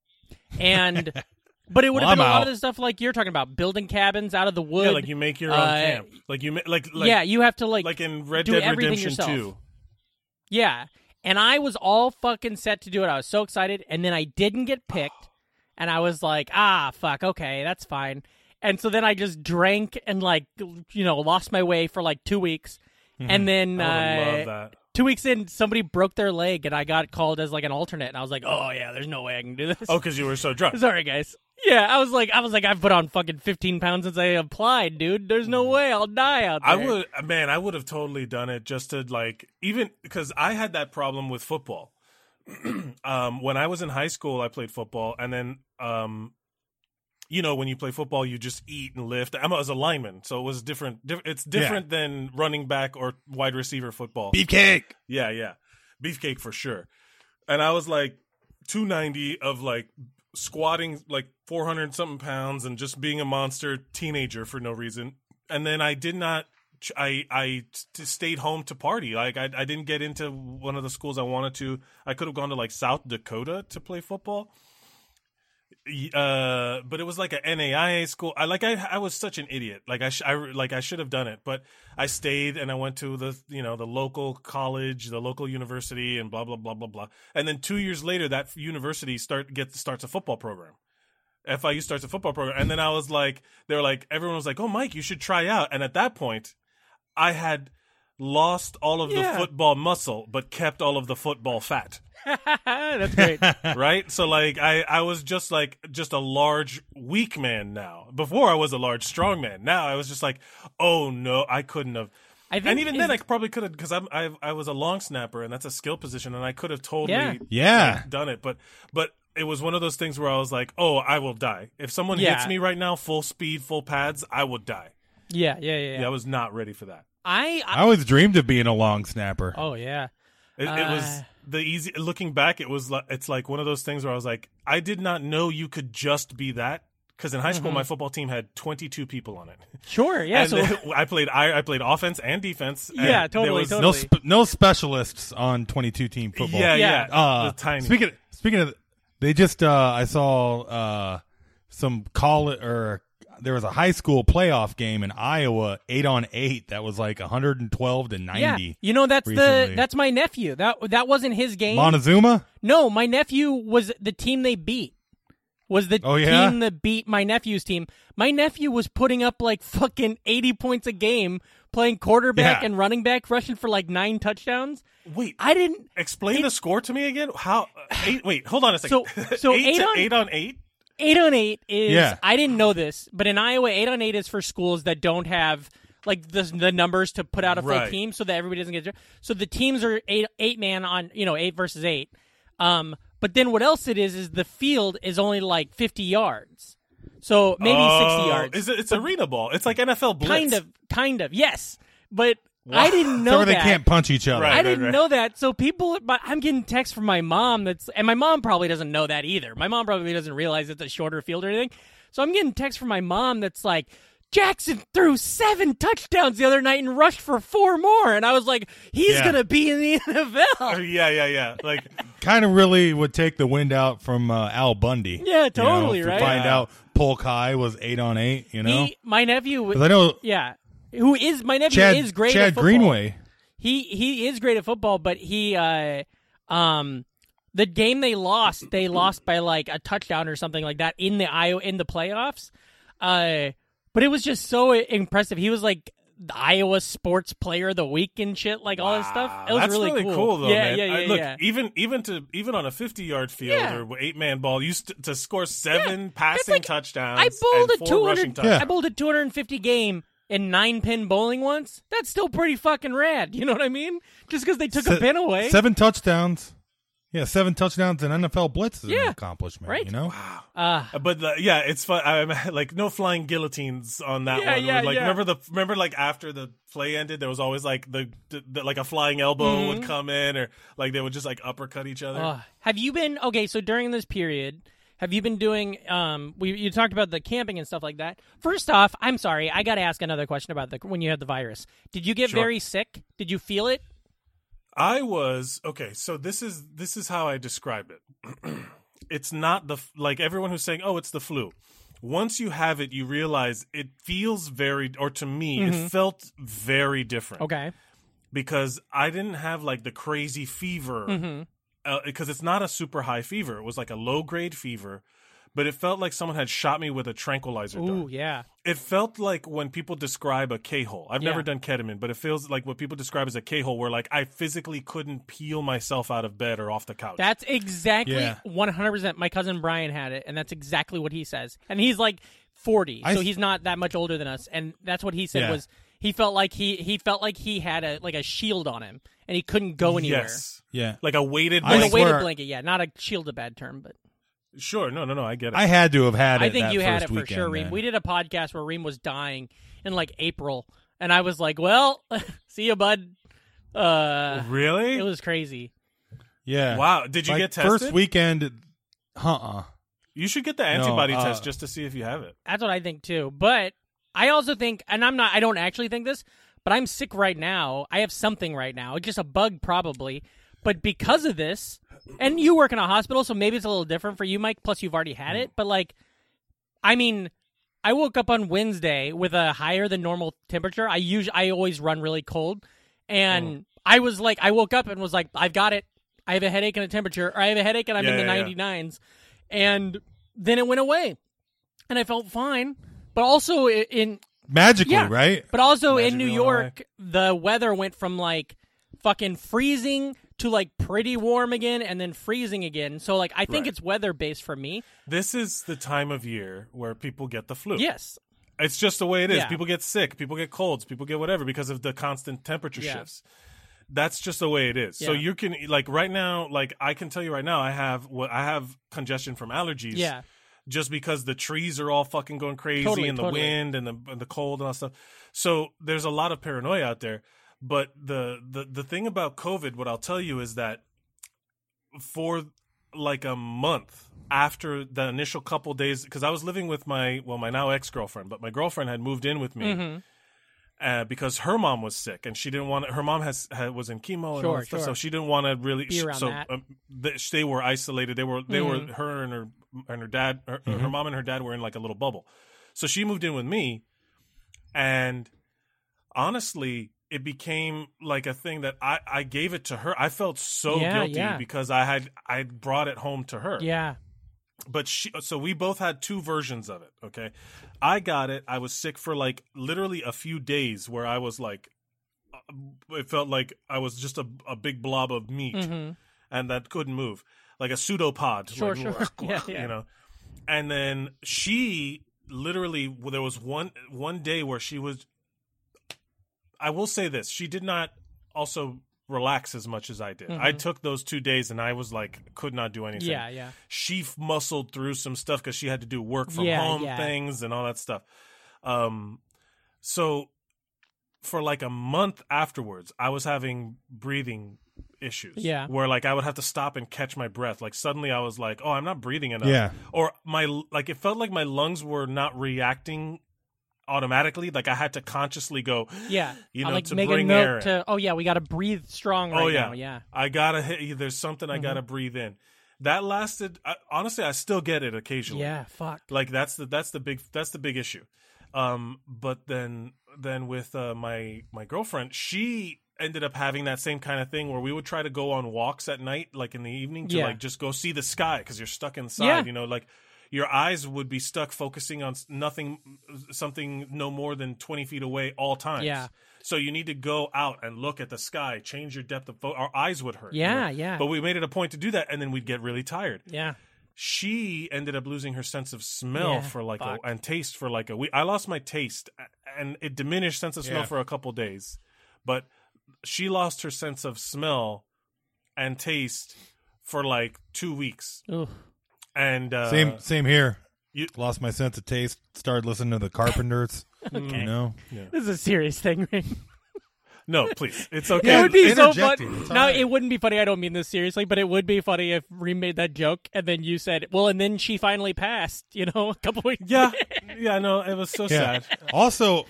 and but it would Well, have been I'm a lot out. of the stuff like you're talking about building cabins out of the wood. Yeah, like you make your own Uh, camp. Like you, ma- like, like yeah, you have to like like in Red do Dead everything Redemption yourself. 2. yeah. And I was all fucking set to do it. I was so excited, and then I didn't get picked, and I was like, ah, fuck, okay, that's fine. And so then I just drank and like you know lost my way for like two weeks, and then Mm-hmm. I uh, would love that. two weeks in, somebody broke their leg, and I got called as like an alternate, and I was like, "Oh yeah, there's no way I can do this." Oh, because you were so drunk. sorry guys. Yeah, I was like, I was like, I've put on fucking 15 pounds since I applied, dude. There's no way I'll die out there. Mm. I would, man, I would have totally done it just to like, even because I had that problem with football. um, when I was in high school, I played football, and then, um, you know, when you play football, you just eat and lift. I'm, I was a lineman, so it was different. Diff- it's different than running back or wide receiver football. Beefcake. Yeah, yeah. Beefcake for sure. And I was like 290 of like squatting like 400 something pounds and just being a monster teenager for no reason. And then I did not ch- I I t- stayed home to party. Like I I didn't get into one of the schools I wanted to. I could have gone to like South Dakota to play football. Y- Uh, but it was like a NAIA school. I like I I was such an idiot. Like I, sh- I re- like I should have done it, but I stayed and I went to the you know the local college, the local university, and blah blah blah blah blah. And then two years later, that university start get starts a football program. FIU starts a football program. And then I was like, they were like, everyone was like, oh, Mike, you should try out. And at that point, I had lost all of Yeah. the football muscle, but kept all of the football fat. That's great. Right? so, like, I, I was just like, just a large, weak man now. Before I was a large, strong man. Now I was just like, oh no, I couldn't have. I think and even then, is- I probably could have, because I'm I, I was a long snapper, and that's a skill position, and I could have totally Yeah. Yeah. done it. But but it was one of those things where I was like, oh, I will die if someone Yeah. hits me right now, full speed, full pads, I will die. Yeah, yeah, yeah. Yeah, yeah. I was not ready for that. I, I I always dreamed of being a long snapper. oh yeah. It, it was Uh. the easy. Looking back, it was like it's like one of those things where I was like, I did not know you could just be that. Because in high school, my football team had 22 people on it. Sure. Mm-hmm. Yeah. and So I played I, I played offense and defense. and Yeah, there totally, was- No, totally. sp- no specialists on twenty-two team football. Yeah, Yeah. yeah. Uh, the tiny. Speaking of, speaking of, they just uh, I saw uh, some call it or there was a high school playoff game in Iowa, eight on eight. That was like one hundred and twelve to ninety. yeah, you know that's the recently. that's my nephew. That that wasn't his game. Montezuma. no, my nephew was the team they beat. Was the Oh, yeah? team that beat my nephew's team? My nephew was putting up like fucking eighty points a game, playing quarterback Yeah. and running back, rushing for like nine touchdowns. Wait, I didn't. explain the score to me again. How? uh, eight, wait, hold on a second. So- so eight, eight to- on- eight on eight. Eight on eight is. Yeah. I didn't know this, but in Iowa, eight on eight is for schools that don't have like the, the numbers to put out a full Right. team, so that everybody doesn't get. So the teams are eight eight man on you know eight versus eight. Um, but then what else it is is the field is only like fifty yards, so maybe Oh, sixty yards, Is it, it's arena ball. It's like NFL blitz. kind of, kind of, yes. But I didn't know Where they that. can't punch each other. Right. I didn't know that. So people, but I'm getting texts from my mom. That's and my mom probably doesn't know that either. My mom probably doesn't realize it's a shorter field or anything. So I'm getting texts from my mom that's like, Jackson threw seven touchdowns the other night and rushed for four more, and I was like, he's Yeah. gonna be in the NFL. Yeah, yeah, yeah. Like Kind of really would take the wind out from uh, Al Bundy. Yeah, you know, totally, to right? Find Yeah. out Polk High was eight on eight. You know, He, my nephew, 'Cause I know yeah, who is my nephew Chad is great. at Chad football. Greenway. he he is great at football, but he uh um the game they lost, they lost by like a touchdown or something like that in the Iowa in the playoffs. Uh but it was just so impressive. He was like the Iowa Sports Player of the Week and shit, like all this wow, stuff. It was that's really, cool. though, yeah, man. Yeah, yeah, I- look, yeah. even even to even on a fifty-yard field Yeah. or eight-man ball, you st- to score seven passing like- touchdowns. I bowled and a four two rushing hundred. touchdowns. I bowled a two hundred and fifty game in nine pin bowling once. That's still pretty fucking rad. You know what I mean? Just because they took a Se- pin away, Seven touchdowns. Yeah, seven touchdowns in NFL blitz is Yeah. an accomplishment. Right. You know, uh, But uh, yeah, it's fun. I'm like no flying guillotines on that Yeah, one. yeah, like yeah. remember the remember like after the play ended, there was always like the, the, the- like a flying elbow would come in, or like they would just like uppercut each other. Mm-hmm. Ugh. have you been okay? So during this period, have you been doing? Um, we you talked about the camping and stuff like that. First off, I'm sorry, I got to ask another question about the when you had the virus. Did you get Sure. very sick? Did you feel it? I was okay. So this is this is how I describe it. it's not the f- like everyone who's saying, "Oh, it's the flu." Once you have it, you realize it feels very, or to me, it felt very different. Mm-hmm. Okay, because I didn't have like the crazy fever Mm-hmm. uh, because it's not a super high fever. It was like a low grade fever, but it felt like someone had shot me with a tranquilizer dart. ooh yeah, It felt like when people describe a K hole. I've Yeah. never done ketamine, but it feels like what people describe as a K hole, where like I physically couldn't peel myself out of bed or off the couch. that's exactly Yeah. one hundred percent. My cousin Brian had it, and that's exactly what he says. And he's like forty, I so s- he's not that much older than us. And that's what he said Yeah. was he felt like he he felt like he had a like a shield on him, and he couldn't go anywhere. yes, yeah. like a weighted. I Like think a blanket. weighted we're- blanket, yeah, not a shield, a bad term, but. Sure, no, no, no. I get it. I had to have had it. I think that you had first it for weekend, sure, Reem. man. We did a podcast where Reem was dying in like April, and I was like, "Well, see you, bud." Uh, really? it was crazy. Yeah. wow. Did you Like, get tested? First weekend. Uh. uh you should get the antibody uh, test just to see if you have it. That's what I think too. But I also think, and I'm not, I don't actually think this, but I'm sick right now. I have something right now. It's just a bug probably. But because of this, and you work in a hospital, so maybe it's a little different for you, Mike. Plus, you've already had Mm. it. But like, I mean, I woke up on Wednesday with a higher than normal temperature. I usually, I always run really cold, Mm. and I was like, I woke up and was like, I've got it. I have a headache and a temperature, or I have a headache and I'm Yeah, in the yeah, yeah. 99s, and then it went away, and I felt fine. But also i- in Magically, Yeah. right? but also in Imagine New going York, the weather went from like fucking freezing to like pretty warm again and then freezing again. So like I think Right. it's weather based for me. This is the time of year where people get the flu. Yes. It's just the way it is. Yeah. People get sick, people get colds, people get whatever because of the constant temperature Yeah. shifts. That's just the way it is. So Yeah. you can like right now, like I can tell you right now, I have what I have congestion from allergies. Yeah. Just because the trees are all fucking going crazy Totally, and the totally. wind and the and the cold and all that stuff. So there's a lot of paranoia out there. But the the the thing about COVID, what I'll tell you is that for like a month after the initial couple days because i was living with my well my now ex-girlfriend but my girlfriend had moved in with Mm-hmm. me uh, because her mom was sick and she didn't want her mom has, had, was in chemo and all Sure, that stuff, sure. so she didn't want to really Be sh- around so that. Mm-hmm. um, th- they were isolated they were they were her and her and her dad her, her mom and her dad were in like a little bubble so she moved in with me and honestly it became like a thing that I, I gave it to her. I felt so Yeah, guilty yeah. because I had I had brought it home to her Yeah. but she so we both had two versions of it okay i got it i was sick for like literally a few days where i was like uh, it felt like i was just a, a big blob of meat and that couldn't move like a pseudopod Mm-hmm. Sure, like, sure. Yeah, yeah. you know and then she literally well, there was one one day where she was i will say this she did not also relax as much as i did i Mm-hmm. took those two days and i was like could not do anything Yeah, yeah. she f- muscled through some stuff because she had to do work from Yeah, home yeah. things and all that stuff. Um, so for like a month afterwards, I was having breathing issues. Yeah. where like I would have to stop and catch my breath. Like suddenly I was like, oh, I'm not breathing enough. Yeah. or my like it felt like my lungs were not reacting automatically. Like I had to consciously go. Yeah. You I'll, know, like to make bring a note air in. to oh yeah, we gotta breathe strong right oh yeah, now. Yeah. Mm-hmm. I gotta hit. There's something I gotta breathe in. That lasted. I, honestly, I still get it occasionally. Yeah, fuck. like that's the that's the big that's the big issue um but then then with uh, my my girlfriend she ended up having that same kind of thing where we would try to go on walks at night like in the evening to Yeah. like just go see the sky because you're stuck inside Yeah. you know like your eyes would be stuck focusing on s- nothing something no more than 20 feet away all times Yeah. so you need to go out and look at the sky change your depth of fo- our eyes would hurt you Yeah, know? yeah. but we made it a point to do that and then we'd get really tired Yeah. she ended up losing her sense of smell Yeah, for like fuck. a and taste for like a week. I lost my taste a- and it diminished sense of smell Yeah. for a couple days, but she lost her sense of smell and taste for like two weeks. Ooh. And uh, Same same here. you- Lost my sense of taste. Started listening to the Carpenters. You know, This is a serious thing, right? no, please, it's it okay. would be so interjecting. funny. It's all No, right. it wouldn't be funny. I don't mean this seriously, but it would be funny if Reem made that joke and then you said, "Well," and then she finally passed. You know, a couple weeks. yeah, yeah, no, it was so yeah. sad. also,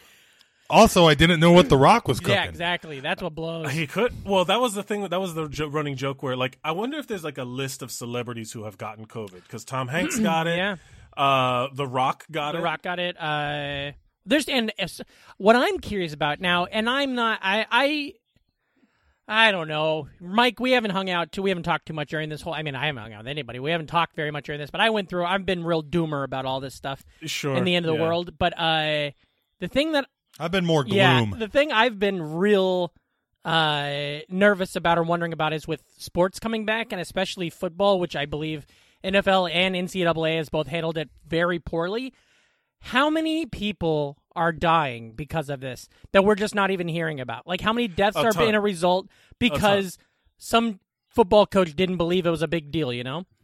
also, I didn't know what The Rock was cooking. yeah, exactly. That's what blows. He could. Well, that was the thing. That was the jo- running joke where, like, I wonder if there's like a list of celebrities who have gotten COVID because Tom Hanks got it. Yeah. Uh, The Rock got The it. Rock got it. Uh, there's and it's- what I'm curious about now, and I'm not. I I I don't know, Mike. We haven't hung out too. We haven't talked too much during this whole. I mean, I haven't hung out with anybody. We haven't talked very much during this. But I went through. I've been real doomer about all this stuff Sure. in the end of the yeah. world. But uh, the thing that I've been more gloom. yeah, the thing I've been real uh, nervous about or wondering about is with sports coming back, and especially football, which I believe NFL and NCAA has both handled it very poorly. How many people are dying because of this that we're just not even hearing about? Like, how many deaths A are ton. been a result because some football coach didn't believe it was a big deal? You know?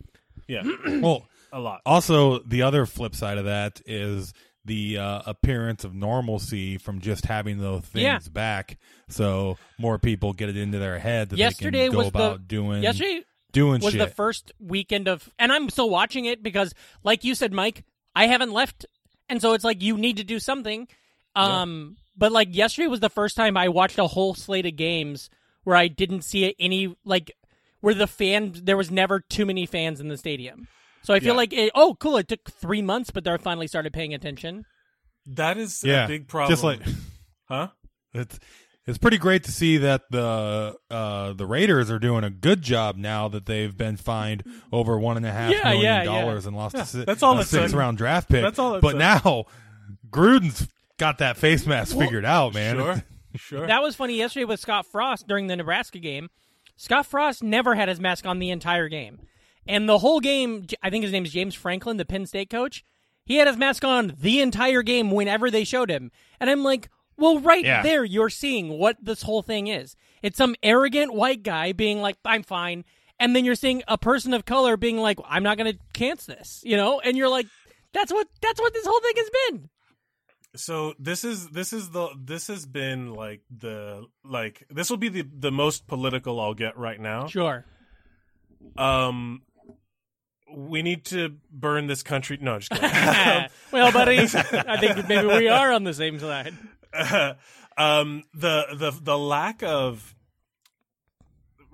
Yeah, Well, a lot. also the other flip side of that is the uh, appearance of normalcy from just having those things Yeah. back. So more people get it into their head that yesterday they can go was about the doing Mm-hmm. yesterday doing was shit. the first weekend of and i'm still watching it because like you said mike i haven't left and so it's like you need to do something um But like yesterday was the first time I watched a whole slate of games where I didn't see any like where the fan there was never too many fans in the stadium. So I feel Yeah. like it, oh cool it took 3 months but they finally started paying attention. That is yeah, a big problem. Just like huh? it's it's pretty great to see that the uh, the Raiders are doing a good job now that they've been fined over one and a half Yeah, million yeah, yeah. dollars and lost a, si- that's all a it took. six round draft pick. That's all it but took. now Gruden's got that face mask figured out, man. Sure, sure. That was funny yesterday with Scott Frost during the Nebraska game. Scott Frost never had his mask on the entire game. And the whole game, J- I think his name is James Franklin, the Penn State coach, he had his mask on the entire game whenever they showed him. And I'm like, well, right Yeah. there, you're seeing what this whole thing is. It's some arrogant white guy being like, I'm fine. And then you're seeing a person of color being like, I'm not going to cancel this, you know? And you're like, that's what that's what this whole thing has been. so this is this is the this has been like the like this will be the the most political I'll get right now. Sure. Um, we need to burn this country. No, just kidding. well, buddy, I think maybe we are on the same side. um, the the the lack of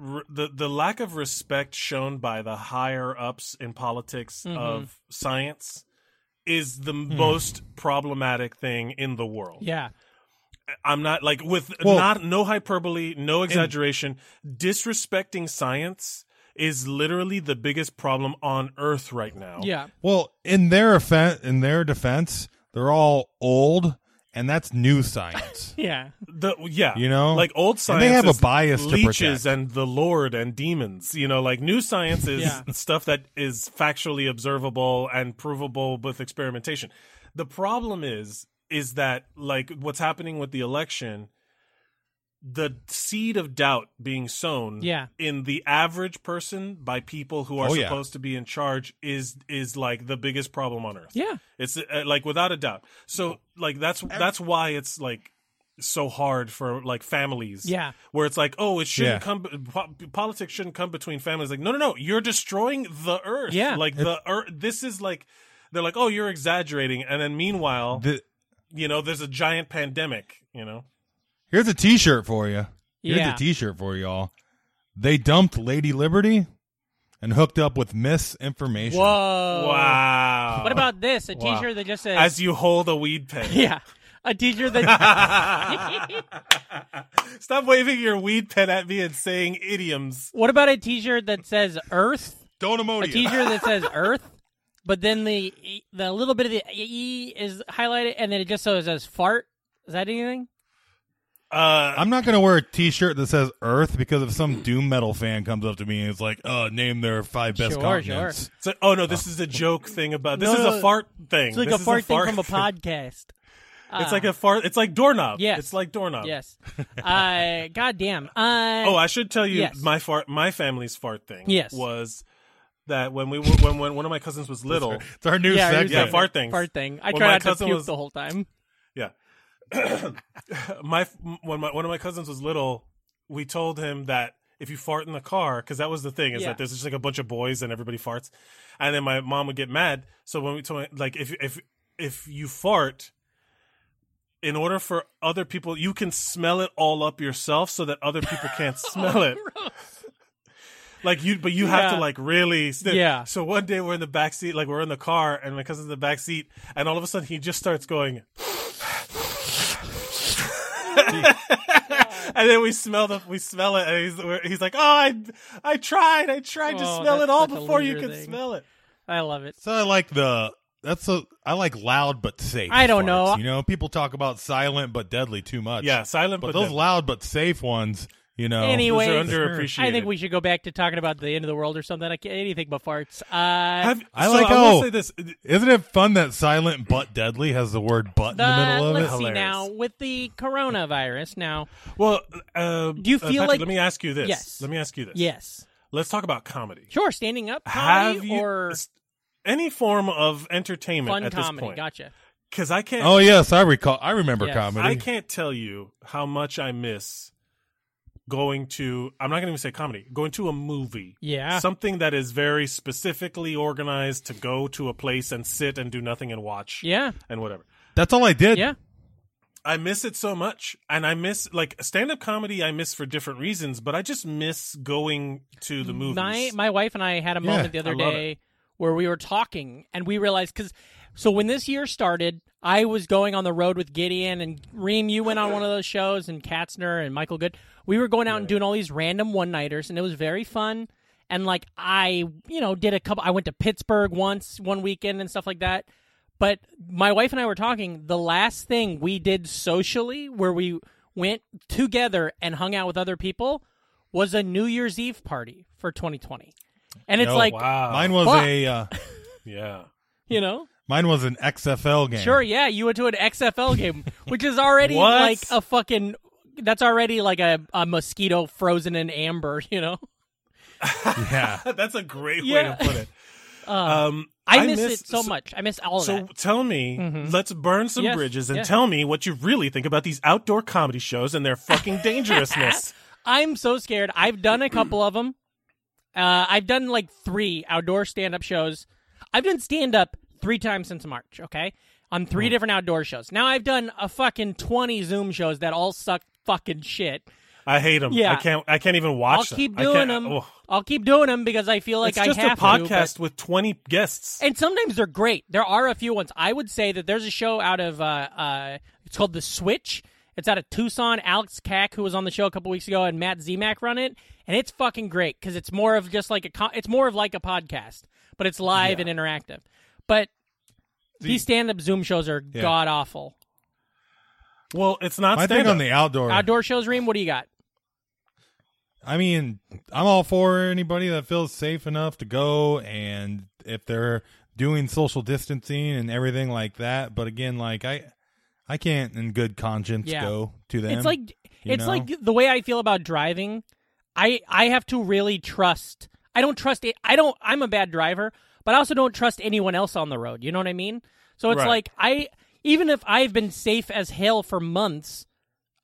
r- the the lack of respect shown by the higher ups in politics Mm-hmm. of science is the Hmm. most problematic thing in the world. Yeah. I'm not like with Well- not no hyperbole, no exaggeration. disrespecting science is literally the biggest problem on earth right now. Yeah. Well, in their offense, in their defense, they're all old, and that's new science. Yeah. The yeah, You know? like old And science. they have a is bias to leeches protect. and the Lord and demons. You know, like new science is Yeah. stuff that is factually observable and provable with experimentation. The problem is, is that like what's happening with the election, the seed of doubt being sown Yeah. in the average person by people who are Oh, yeah. supposed to be in charge is is like the biggest problem on earth. Yeah. It's uh, like without a doubt. So like that's that's why it's like so hard for like families. Yeah. Where it's like, "Oh, it shouldn't Yeah. come po- politics shouldn't come between families." Like, "No, no, no. You're destroying the earth." Yeah. Like the earth this is like they're like, "Oh, you're exaggerating." And then meanwhile, The- you know, there's a giant pandemic, you know. here's a T-shirt for you. Here's Yeah. a T-shirt for y'all. They dumped Lady Liberty and hooked up with misinformation. Whoa. Wow. Uh, What about this? A Wow. shirt that just says. as you hold a weed pen? yeah. A T-shirt that. Stop waving your weed pen at me and saying idioms. what about a T-shirt that says Earth? Don't A T-shirt that says Earth, but then the E- the little bit of the E is highlighted, and then it just so it says fart. Is that anything? Uh, I'm not gonna wear a T-shirt that says Earth because if some doom metal fan comes up to me and it's like, "Uh, name their five best Sure, continents." sure. So, oh no, this Uh. is a joke thing about this No, is no, a fart thing. It's like This a is fart thing from a podcast. It's like a fart. It's like doorknob. Um, Yes. it's like doorknob. Yes. Uh, goddamn. Uh, Oh, I should tell you Yes. my fart. My family's fart thing. Yes. Was that when we were when when one of my cousins was little? It's our new yeah, segment. you're- Yeah, fart things. Fart thing. I Well, try my not to cousin puke was- the whole time. Yeah. my when my one of my cousins was little, we told him that if you fart in the car, because that was the thing, is Yeah. that there's just like a bunch of boys and everybody farts, and then my mom would get mad. So when we told like if if if you fart. In order for other people, you can smell it all up yourself, so that other people can't Oh, smell it. Like you, but you Yeah. have to like really. St- Yeah. So one day we're in the back seat, like we're in the car, and my cousin's in the back seat, and all of a sudden he just starts going. and then we smell the we smell it, and he's we're- he's like, "Oh, I I tried, I tried to Oh, smell that's it all such a before you loser could thing. smell it." I love it. So I like the that's a I like loud but safe. I don't know. farts, You know, people talk about silent but deadly too much. Yeah, silent, but, but, those deadly. loud but safe ones, you know. Anyway. those are Anyways, underappreciated. I think we should go back to talking about the end of the world or something. I can't, anything but farts. Uh, Have, I so like I will how- say this. uh, Isn't it fun that silent but deadly has the word "but" in the uh, middle of let's it? see Hilarious. now with the coronavirus. Now, Well, uh, Do you uh, feel Patrick, like- Let me ask you this. Yes. Let me ask you this. yes, Let's talk about comedy. sure. Standing up comedy Have you or s- any form of entertainment fun at this comedy? point? Gotcha. Because I can't. Oh yes, I recall. I remember Yes. comedy. I can't tell you how much I miss going to I'm not going to even say comedy, going to a movie. Yeah. Something that is very specifically organized to go to a place and sit and do nothing and watch Yeah, and whatever. That's all I did. yeah. I miss it so much, and I miss like stand up comedy. I miss for different reasons, but I just miss going to the movies. My my wife and I had a moment the other I love day where we were talking and we realized because so when this year started, I was going on the road with Gideon and Reem. You went on one of those shows and Katzner and Michael Good. We were going out and doing all these random one nighters, and it was very fun. And like I, you know, did a couple. I went to Pittsburgh once one weekend and stuff like that. But my wife and I were talking. The last thing we did socially, where we went together and hung out with other people, was a New Year's Eve party for 2020. And it's Yo, like, wow, mine was fuck. a uh, yeah, you know, mine was an XFL game. sure, yeah, you went to an XFL game, which is already What? like a fucking. That's already like a, a mosquito frozen in amber, you know. Yeah. that's a great Yeah. way to put it. Uh, Um, I, miss, it so, so much. I miss all of So that. tell me, Mhm. let's burn some Yes, bridges and yeah. tell me what you really think about these outdoor comedy shows and their fucking dangerousness. I'm so scared. I've done a couple of them. Uh, I've done like three outdoor stand up shows. I've done stand up three times since March, okay? On three different outdoor shows. Now I've done a fucking 20 Zoom shows that all suck fucking shit. I hate them. Yeah. I can't. I can't even I'll watch. them. keep I can't- doing them. oh. I'll keep doing them because I feel like it's just I have a podcast to. with twenty guests. but- and sometimes they're great. There are a few ones. I would say that there's a show out of, uh, uh, it's called The Switch. It's out of Tucson. Alex Kack, who was on the show a couple weeks ago, and Matt Zemak run it, and it's fucking great because it's more of just like a, co- it's more of like a podcast, but it's live and interactive. But these stand-up Zoom shows are Yeah. god awful. Well, it's not. My thing stand-up. on the outdoor, Outdoor shows, Reem, what do you got? I mean, I'm all for anybody that feels safe enough to go and if they're doing social distancing and everything like that. But again, like I, I can't in good conscience Yeah. go to them. It's like you it's know? like the way I feel about driving. I I have to really trust. I don't trust it. I don't. I'm a bad driver, but I also don't trust anyone else on the road. You know what I mean? So it's Right. like I even if I've been safe as hell for months,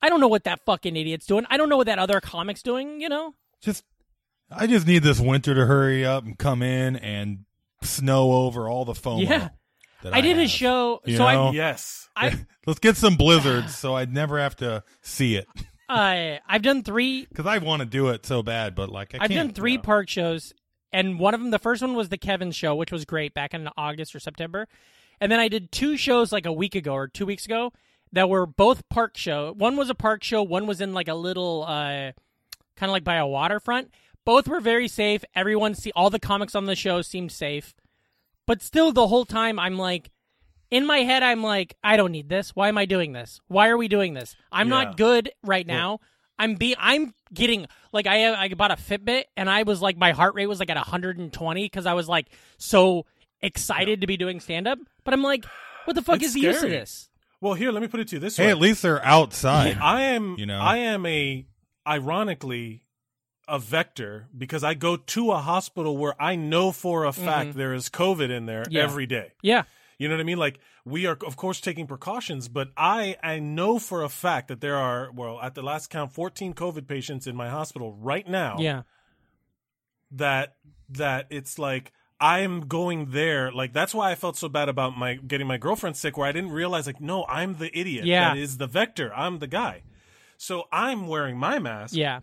I don't know what that fucking idiot's doing. I don't know what that other comic's doing. You know? just I just need this winter to hurry up and come in and snow over all the foam. Yeah. that I, did a have. show. You so know? yes. I I Let's get some blizzards so I'd never have to see it uh, I've done three because I want to do it so bad, but like I I've can't. done three park shows, and one of them, the first one was the Kevin show, which was great back in August or September, and then I did two shows like a week ago or two weeks ago that were both park show. One was a park show, one was in like a little, uh, kind of like by a waterfront. Both were very safe. Everyone see all the comics on the show seemed safe, but still the whole time I'm like. In my head, I'm like, I don't need this. Why am I doing this? Why are we doing this? I'm Yeah. not good right now. I'm be I'm getting like I I bought a Fitbit and I was like my heart rate was like at 120 because I was like so excited to be doing stand up, but I'm like, what the fuck It's is the use of scary. this? Well, here, let me put it to you this Hey, way. at least they're outside. I am You know? I am a ironically a vector because I go to a hospital where I know for a fact there is COVID in there Mm-hmm. Yeah. every day. Yeah, You know what I mean? Like we are of course taking precautions, but I I know for a fact that there are well at the last count 14 COVID patients in my hospital right now yeah, that that it's like I'm going there. Like that's why I felt so bad about my getting my girlfriend sick, where I didn't realize like, no, I'm the idiot. Yeah. That is the vector. I'm the guy. So I'm wearing my mask yeah,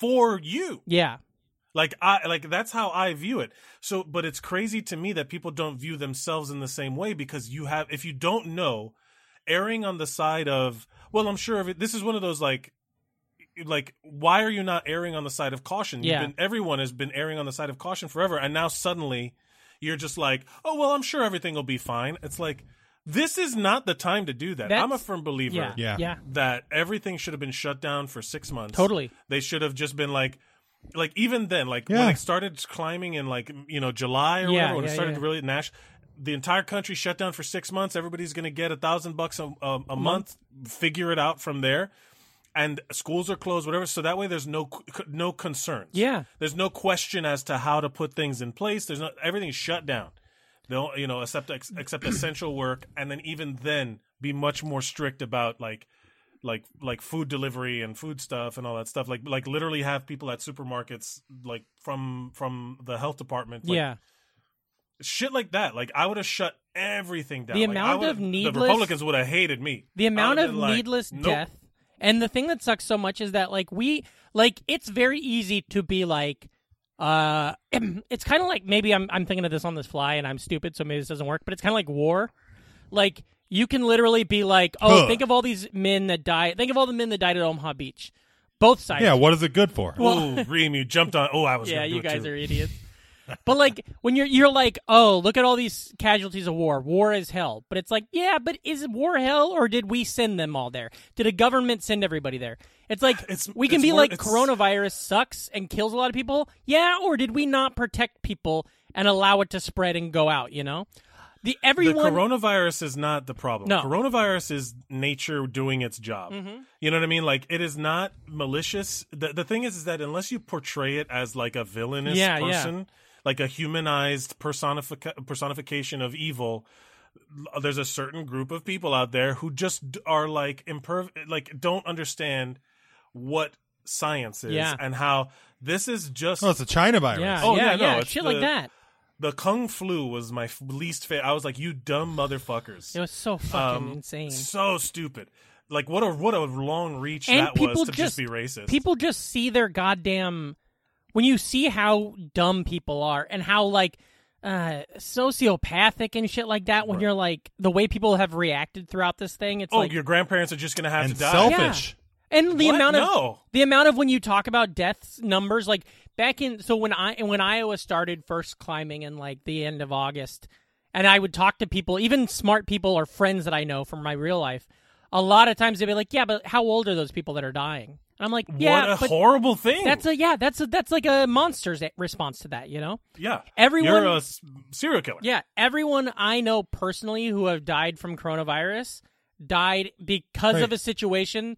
for you. yeah. Like I like that's how I view it. So but it's crazy to me that people don't view themselves in the same way because you have if you don't know, erring on the side of well, I'm sure of it, this is one of those like like why are you not erring on the side of caution? Yeah. You've been, everyone has been erring on the side of caution forever and now suddenly you're just like, "Oh, well, I'm sure everything will be fine." It's like this is not the time to do that. I'm a That's- firm believer Yeah, Yeah. yeah, that everything should have been shut down for six months. Totally. They should have just been like, like even then, like Yeah. when it started climbing in like you know July Yeah, or whatever, when it yeah, started yeah. really nash, the entire country shut down for six months. Everybody's going to get a thousand bucks a, a, a Mm-hmm. month. Figure it out from there. And schools are closed, whatever. So that way, there's no c- no concerns. Yeah. there's no question as to how to put things in place. There's no everything's shut down. They'll you know except ex- except essential work, and then even then be much more strict about like like like food delivery and food stuff and all that stuff like like literally have people at supermarkets like from from the health department like, yeah. shit like that like i would have shut everything down. The Like, I amount would've- of needless- the Republicans would have hated me. The I would've amount of been like, needless nope. death. And the thing that sucks so much is that like we like it's very easy to be like uh it's kind of like maybe I'm I'm thinking of this on this fly and I'm stupid so maybe this doesn't work, but it's kind of like war. Like you can literally be like, "Oh, Huh. think of all these men that died. Think of all the men that died at Omaha Beach." Both sides. Yeah, what is it good for? Ooh, Reem, you jumped on. Oh, I was. yeah, gonna do you it guys too. are idiots. but like when you're you're like, oh, look at all these casualties of war. War is hell. But it's like, yeah, but is war hell or did we send them all there? Did a government send everybody there? It's like It's- we can it's be more- like it's- coronavirus sucks and kills a lot of people. Yeah, or did we not protect people and allow it to spread and go out? You know, the The everyone. coronavirus is not the problem. No. Mm-hmm. Coronavirus is nature doing its job. You know what I mean? Like it is not malicious. The the thing is, is that unless you portray it as like a villainous Yeah, yeah. person, like a humanized personific- personification of evil, there's a certain group of people out there who just d- are like imperv like don't understand what science is Yeah. and how this is just Oh, it's a China virus. yeah, Oh, yeah, yeah, no, it's shit the- like that. the kung flu was my f- least favorite. I was like, you dumb motherfuckers. It was so fucking Um, insane. So stupid. Like what a what a long reach and that people was to just, be racist. People just see their goddamn when you see how dumb people are and how like uh sociopathic and shit like that when you're like the way people have reacted throughout this thing it's oh, like your grandparents are just gonna have And to die. self- yeah. selfish. and the What? amount of No. the amount of when you talk about deaths numbers like back in so when i when iowa started first climbing in like the end of august and i would talk to people even smart people or friends that i know from my real life a lot of times they'd be like yeah but how old are those people that are dying and i'm like yeah what a but horrible thing. that's a yeah. That's a that's like a monster's response to that. You know. yeah. everyone- You're a s- serial killer. Yeah. Everyone I know personally who have died from coronavirus died because of Right. a situation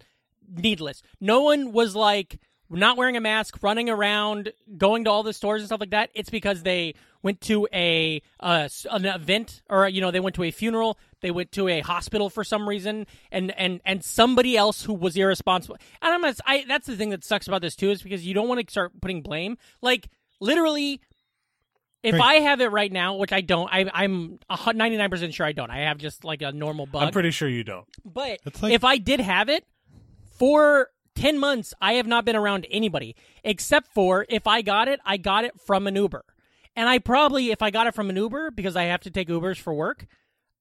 needless. No one was like not wearing a mask, running around, going to all the stores and stuff like that. It's because they went to a uh, s- an event or you know they went to a funeral, they went to a hospital for some reason, and and and somebody else who was irresponsible. And I'm not, I that's the thing that sucks about this too is because you don't want to start putting blame like literally. If Right. I have it right now, which I don't, I, I'm a hu- 99% sure I don't. I have just like a normal bug. I'm pretty sure you don't. But It's like- if I did have it for 10 months, I have not been around anybody except for if I got it, I got it from an Uber. And I probably, if I got it from an Uber, because I have to take Ubers for work,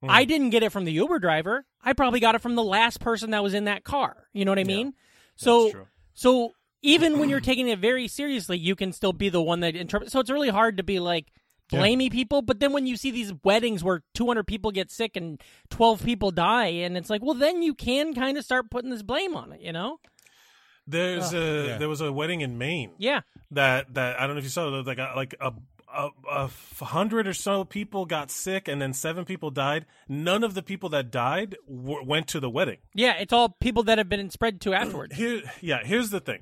Hmm. I didn't get it from the Uber driver. I probably got it from the last person that was in that car. You know what I mean? so, true. so even when you're taking it very seriously, you can still be the one that interprets. So it's really hard to be like blamey people. But then when you see these weddings where 200 people get sick and 12 people die, and it's like, well, then you can kind of start putting this blame on it, you know? There's a Yeah. there was a wedding in Maine. Yeah. That that I don't know if you saw that like a, like a a, a f- hundred or so people got sick and then seven people died. None of the people that died w- went to the wedding. Yeah. It's all people that have been spread to afterwards. Here, yeah. Here's the thing.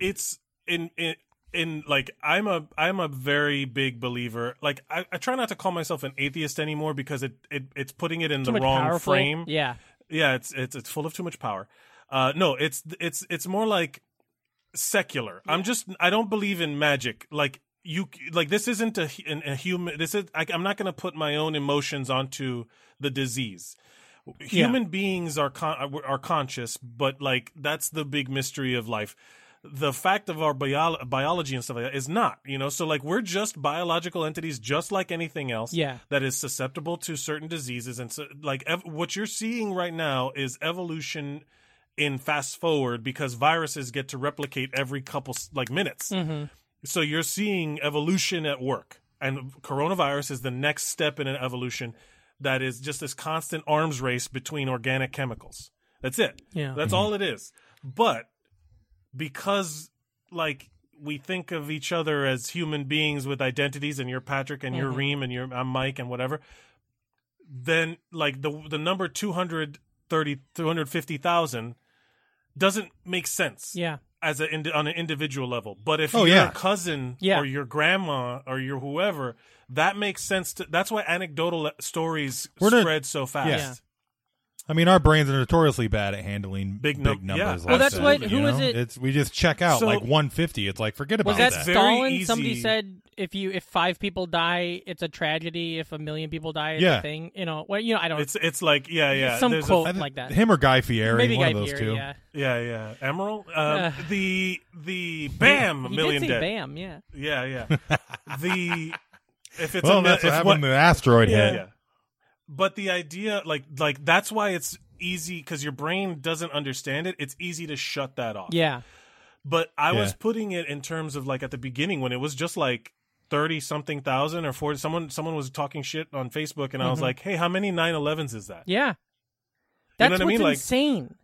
It's in in in like I'm a I'm a very big believer. Like I, I try not to call myself an atheist anymore because it, it it's putting it in Too the much wrong powerful. frame. Yeah. Yeah, it's it's it's full of too much power. Uh, no, it's it's it's more like secular. I'm just I don't believe in magic. Like you like this isn't a hu- an- a human. This is I, I'm not going to put my own emotions onto the disease. Human beings are con- are conscious, but like that's the big mystery of life. The fact of our bio- biology and stuff like that is not, you know. So like we're just biological entities, just like anything else Yeah. that is susceptible to certain diseases and so like ev- what you're seeing right now is evolution in fast forward because viruses get to replicate every couple s- like minutes so you're seeing evolution at work and coronavirus is the next step in an evolution that is just this constant arms race between organic chemicals that's it Yeah. that's all it is but because like we think of each other as human beings with identities and you're Patrick and you're Reem and you're I'm Mike and whatever then like the the number 230 250,000 doesn't make sense Yeah. as a indi- on an individual level but if Oh, your yeah. cousin Yeah. or your grandma or your whoever that makes sense to, that's why anecdotal stories We're not- spread so fast Yeah. I mean, our brains are notoriously bad at handling Big big, num- yeah, numbers. like Well, that's that, what- you who know? is it- It's we just check out So- like 150. It's like forget about Was that Very Stalin? Somebody easy. said if you if five people die, it's a tragedy. If a million people die, it's Yeah. a thing. You know, well, you know, I don't. It's it's like yeah yeah. some there's a- quote I think like that. Him or Guy Fieri, Maybe one Guy of those Fieri, two. yeah. yeah yeah. Emerald. Um, Uh. the the bam a He million did say dead. Bam, yeah. Yeah yeah. the if it's Well, a, mil- that's what if happened when the asteroid yeah. hit. yeah. But the idea, like, like that's why it's easy because your brain doesn't understand it. It's easy to shut that off. Yeah. But I was Yeah. putting it in terms of like at the beginning when it was just like thirty something thousand or forty. Someone someone was talking shit on Facebook, and I Mm-hmm. was like, "Hey, how many 911s is that?" Yeah. You know That's what I what's mean? Like- Mm. insane.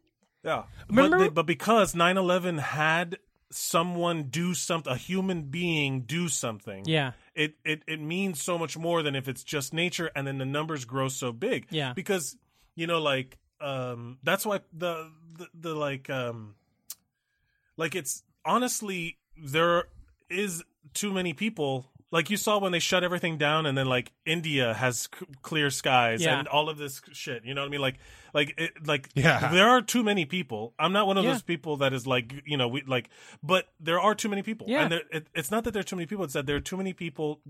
Yeah. Remember- But, they, but because 9/11 had someone do something, a human being do something. Yeah. It, it it means so much more than if it's just nature and then the numbers grow so big. Yeah. Because you know like um that's why the the, the like um like it's honestly there is too many people like you saw when they shut everything down and then like India has c- clear skies Yeah. and all of this shit you know what I mean like like it, like Yeah. there are too many people. I'm not one of Yeah. those people that is like, you know, we like, but there are too many people. Yeah. And there, it, it's not that there are too many people. It's that there are too many people,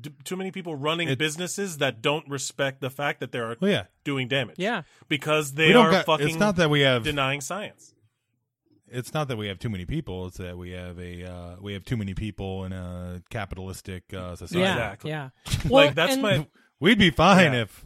d- too many people running It- businesses that don't respect the fact that they are Well, Oh, yeah. doing damage. Yeah. Because We they don't are got- fucking it's not that we have denying science. it's not that we have too many people. It's that we have a uh, we have too many people in a capitalistic uh, society. Yeah. Exactly. Yeah. Well, that's and my- We'd be fine Yeah. if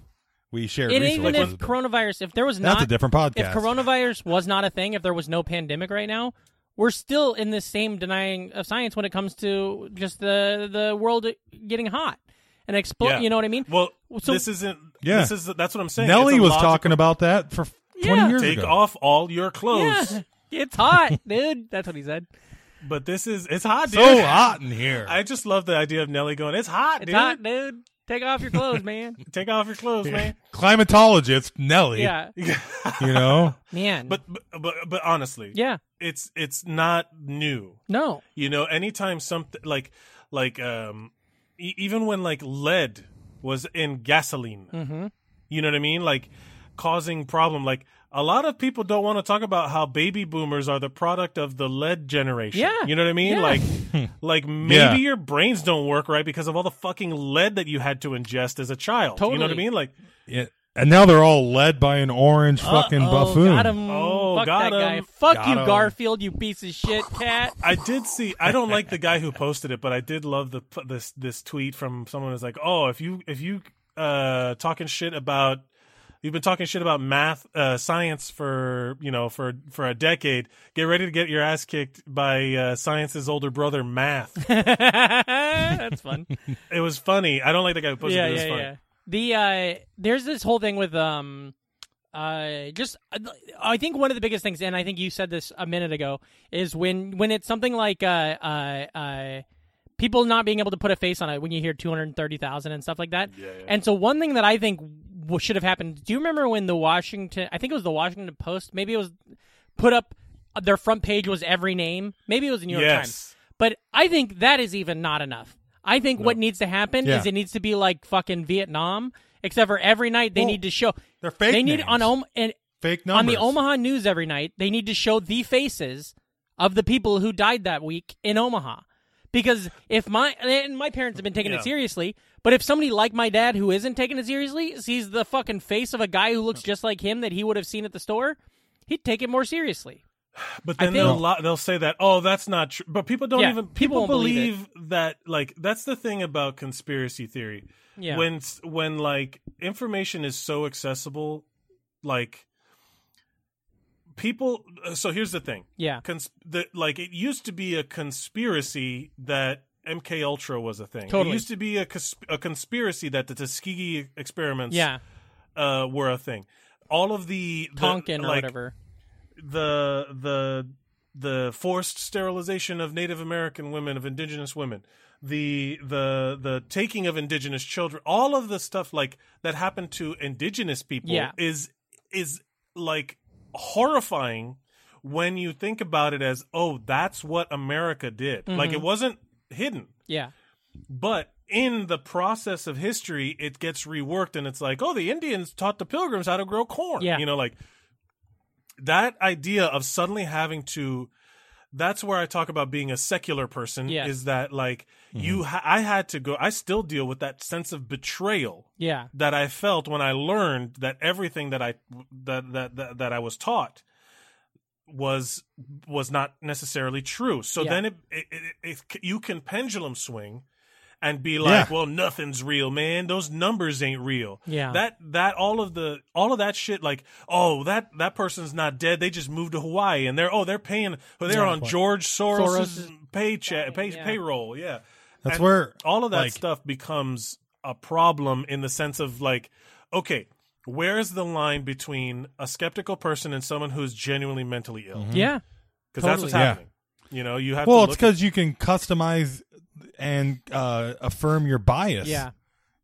we shared And resources. even if but coronavirus, if there was that's not a different podcast. if coronavirus was not a thing, if there was no pandemic right now, we're still in this same denying of science when it comes to just the the world getting hot and explode. Yeah. You know what I mean? Well, So- this isn't, Yeah. this is, that's what I'm saying. It's Nelly a was logical- talking about that for twenty Yeah. years Take ago. off all your clothes. yeah, it's hot, dude. That's what he said. But this is, it's hot, dude. so hot in here. I just love the idea of Nelly going, it's hot, It's dude. hot, dude. Take off your clothes, man. Take off your clothes, man. Climatologist Nelly. yeah, You know. man. But, but, but, but honestly, yeah, it's it's not new no, you know anytime something like like um e- even when like lead was in gasoline Mm-hmm. you know what i mean like causing problem like a lot of people don't want to talk about how baby boomers are the product of the lead generation Yeah. you know what i mean Yeah. like like maybe Yeah. your brains don't work right because of all the fucking lead that you had to ingest as a child you know what i Totally. mean like Yeah. And now they're all led by an orange fucking Uh-oh, buffoon. Got him. Oh, Fuck that got guy. him. Fuck Got you, him. Garfield. You piece of shit, cat. I did see. I don't like the guy who posted it, but I did love the this this tweet from someone who's like, "Oh, if you if you uh talking shit about you've been talking shit about math uh science for, you know, for for a decade, get ready to get your ass kicked by uh science's older brother math." That's fun. it was funny. I don't like the guy who posted yeah, it. It was yeah, funny. yeah. The uh, there's this whole thing with um, uh, just I think one of the biggest things, and I think you said this a minute ago, is when when it's something like uh, uh, uh people not being able to put a face on it when you hear 230,000 and stuff like that. And so one thing that I think w- should have happened, do you remember when the Washington, I think it was the Washington Post, maybe it was put up uh, their front page was every name. Maybe it was the New York Yes. Times. But I think that is even not enough. I think what needs to happen Yeah. is it needs to be like fucking Vietnam, except for every night they Well, need to show they're fake They need names. on Om- and Fake numbers. on the Omaha News every night, they need to show the faces of the people who died that week in Omaha. Because if my and my parents have been taking Yeah. it seriously, but if somebody like my dad who isn't taking it seriously sees the fucking face of a guy who looks just like him that he would have seen at the store, he'd take it more seriously. But I then think- they'll li- they'll say that oh that's not true. But people don't Yeah, even people people, won't believe believe that like that's the thing about conspiracy theory. Yeah. When s- when like information is so accessible, like people. uh, So here's the thing. Yeah. Cons- the, like it used to be a conspiracy that MK Ultra was a thing. Totally. It used to be a, cons- a conspiracy that the Tuskegee experiments Yeah. uh, were a thing. All of the, the Tonkin or like, whatever. the the the forced sterilization of Native American women, of indigenous women, the the the taking of indigenous children, all of the stuff like that happened to indigenous people Yeah. is is like horrifying when you think about it as oh that's what America did. Like it wasn't hidden Yeah. but in the process of history it gets reworked and it's like oh the indians taught the pilgrims how to grow corn Yeah. you know like that idea of suddenly having to that's where I talk about being a secular person. Yeah. Is that like you? Ha- I had to go. I still deal with that sense of betrayal Yeah. that I felt when I learned that everything that I that that that, that I was taught was was not necessarily true. So Yeah. then it, it, it, it you can pendulum swing and be like, Yeah. well, nothing's real, man. Those numbers ain't real. Yeah. That that all of the all of that shit like, oh, that that person's not dead. They just moved to Hawaii and they're oh, they're paying they're Yeah. on George Soros' Soros's- paycheck pay, Yeah. payroll. Yeah. That's And- where all of that like, stuff becomes a problem in the sense of like okay where's the line between a skeptical person and someone who's genuinely mentally ill because Yeah. that's what's Totally. Mm-hmm. Yeah. happening you know you have Well, to it's look at- because you can customize and uh, affirm your bias. Yeah.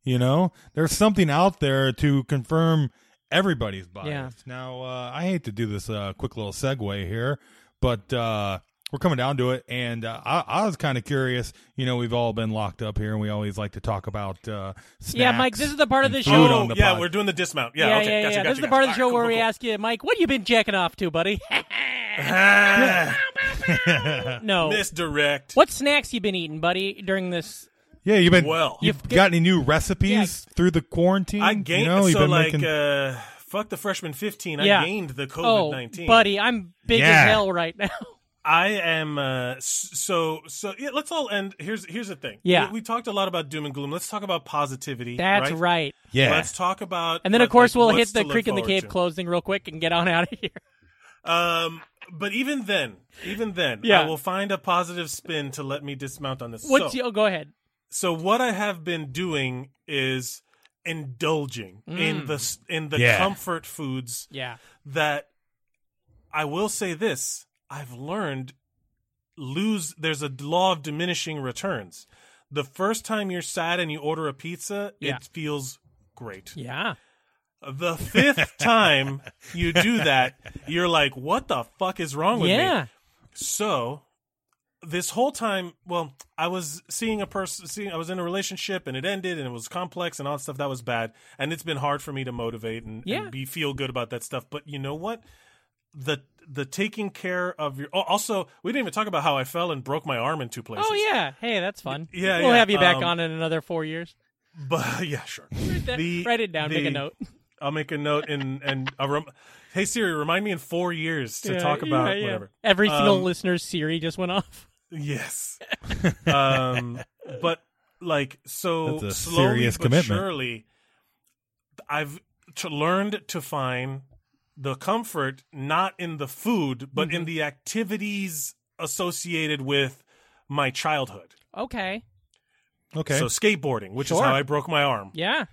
You know, there's something out there to confirm everybody's bias. Yeah. Now, uh, I hate to do this uh, quick little segue here, but uh, we're coming down to it. And uh, I, I was kind of curious. You know, we've all been locked up here, and we always like to talk about uh, snacks. Yeah, Mike, this is the part of and the food show- on oh the yeah pod- we're doing the dismount yeah, Yeah, yeah, okay yeah. gotcha, gotcha, this is the gotcha. part of the All show right, where cool, we cool, ask you, Mike, what you been jacking off to, buddy? no. cool. misdirect What snacks you been eating, buddy, during this? yeah, you've been Well. You've got any new recipes through the quarantine? i gained You know, you've so been like making- uh fuck the freshman 15 Yeah. i gained the covid-19 Oh, buddy, I'm big Yeah. as hell right now. I am uh, s- so so. Yeah, let's all end. Here's here's the thing. Yeah. we, we talked a lot about doom and gloom. Let's talk about positivity. That's right. right. yeah. Let's talk about. And then, of like, course, we'll what's hit to the look creek in the forward cave to. closing real quick and get on out of here. Um, but even then, even then, Yeah. I will find a positive spin to let me dismount on this. What's so, you? Oh, go ahead. so what I have been doing is indulging in the s- in the Yeah. comfort foods Mm. Yeah. that I will say this I've learned lose there's a law of diminishing returns. The first time you're sad and you order a pizza, Yeah. it feels great. Yeah. The fifth time you do that, you're like, what the fuck is wrong with me? Yeah. So this whole time, well, I was seeing a person, seeing I was in a relationship and it ended and it was complex and all that stuff that was bad. And it's been hard for me to motivate and, and Yeah. be feel good about that stuff. But you know what? The the taking care of your oh, also we didn't even talk about how I fell and broke my arm in two places. Oh yeah. Hey, that's fun. yeah, We'll yeah, have you back um, on in another four years. but yeah, sure. The- Write it down. make the- a note. I'll make a note and and I'll rem- hey Siri, remind me in four years to Yeah, talk yeah, about yeah. whatever. Every single Um, listener's Siri just went off. Yes. um, but like so That's a slowly serious but commitment. surely, I've t- learned to find the comfort not in the food, but Mm-hmm. in the activities associated with my childhood. Okay. okay. So skateboarding, which is Sure. how I broke my arm. Yeah.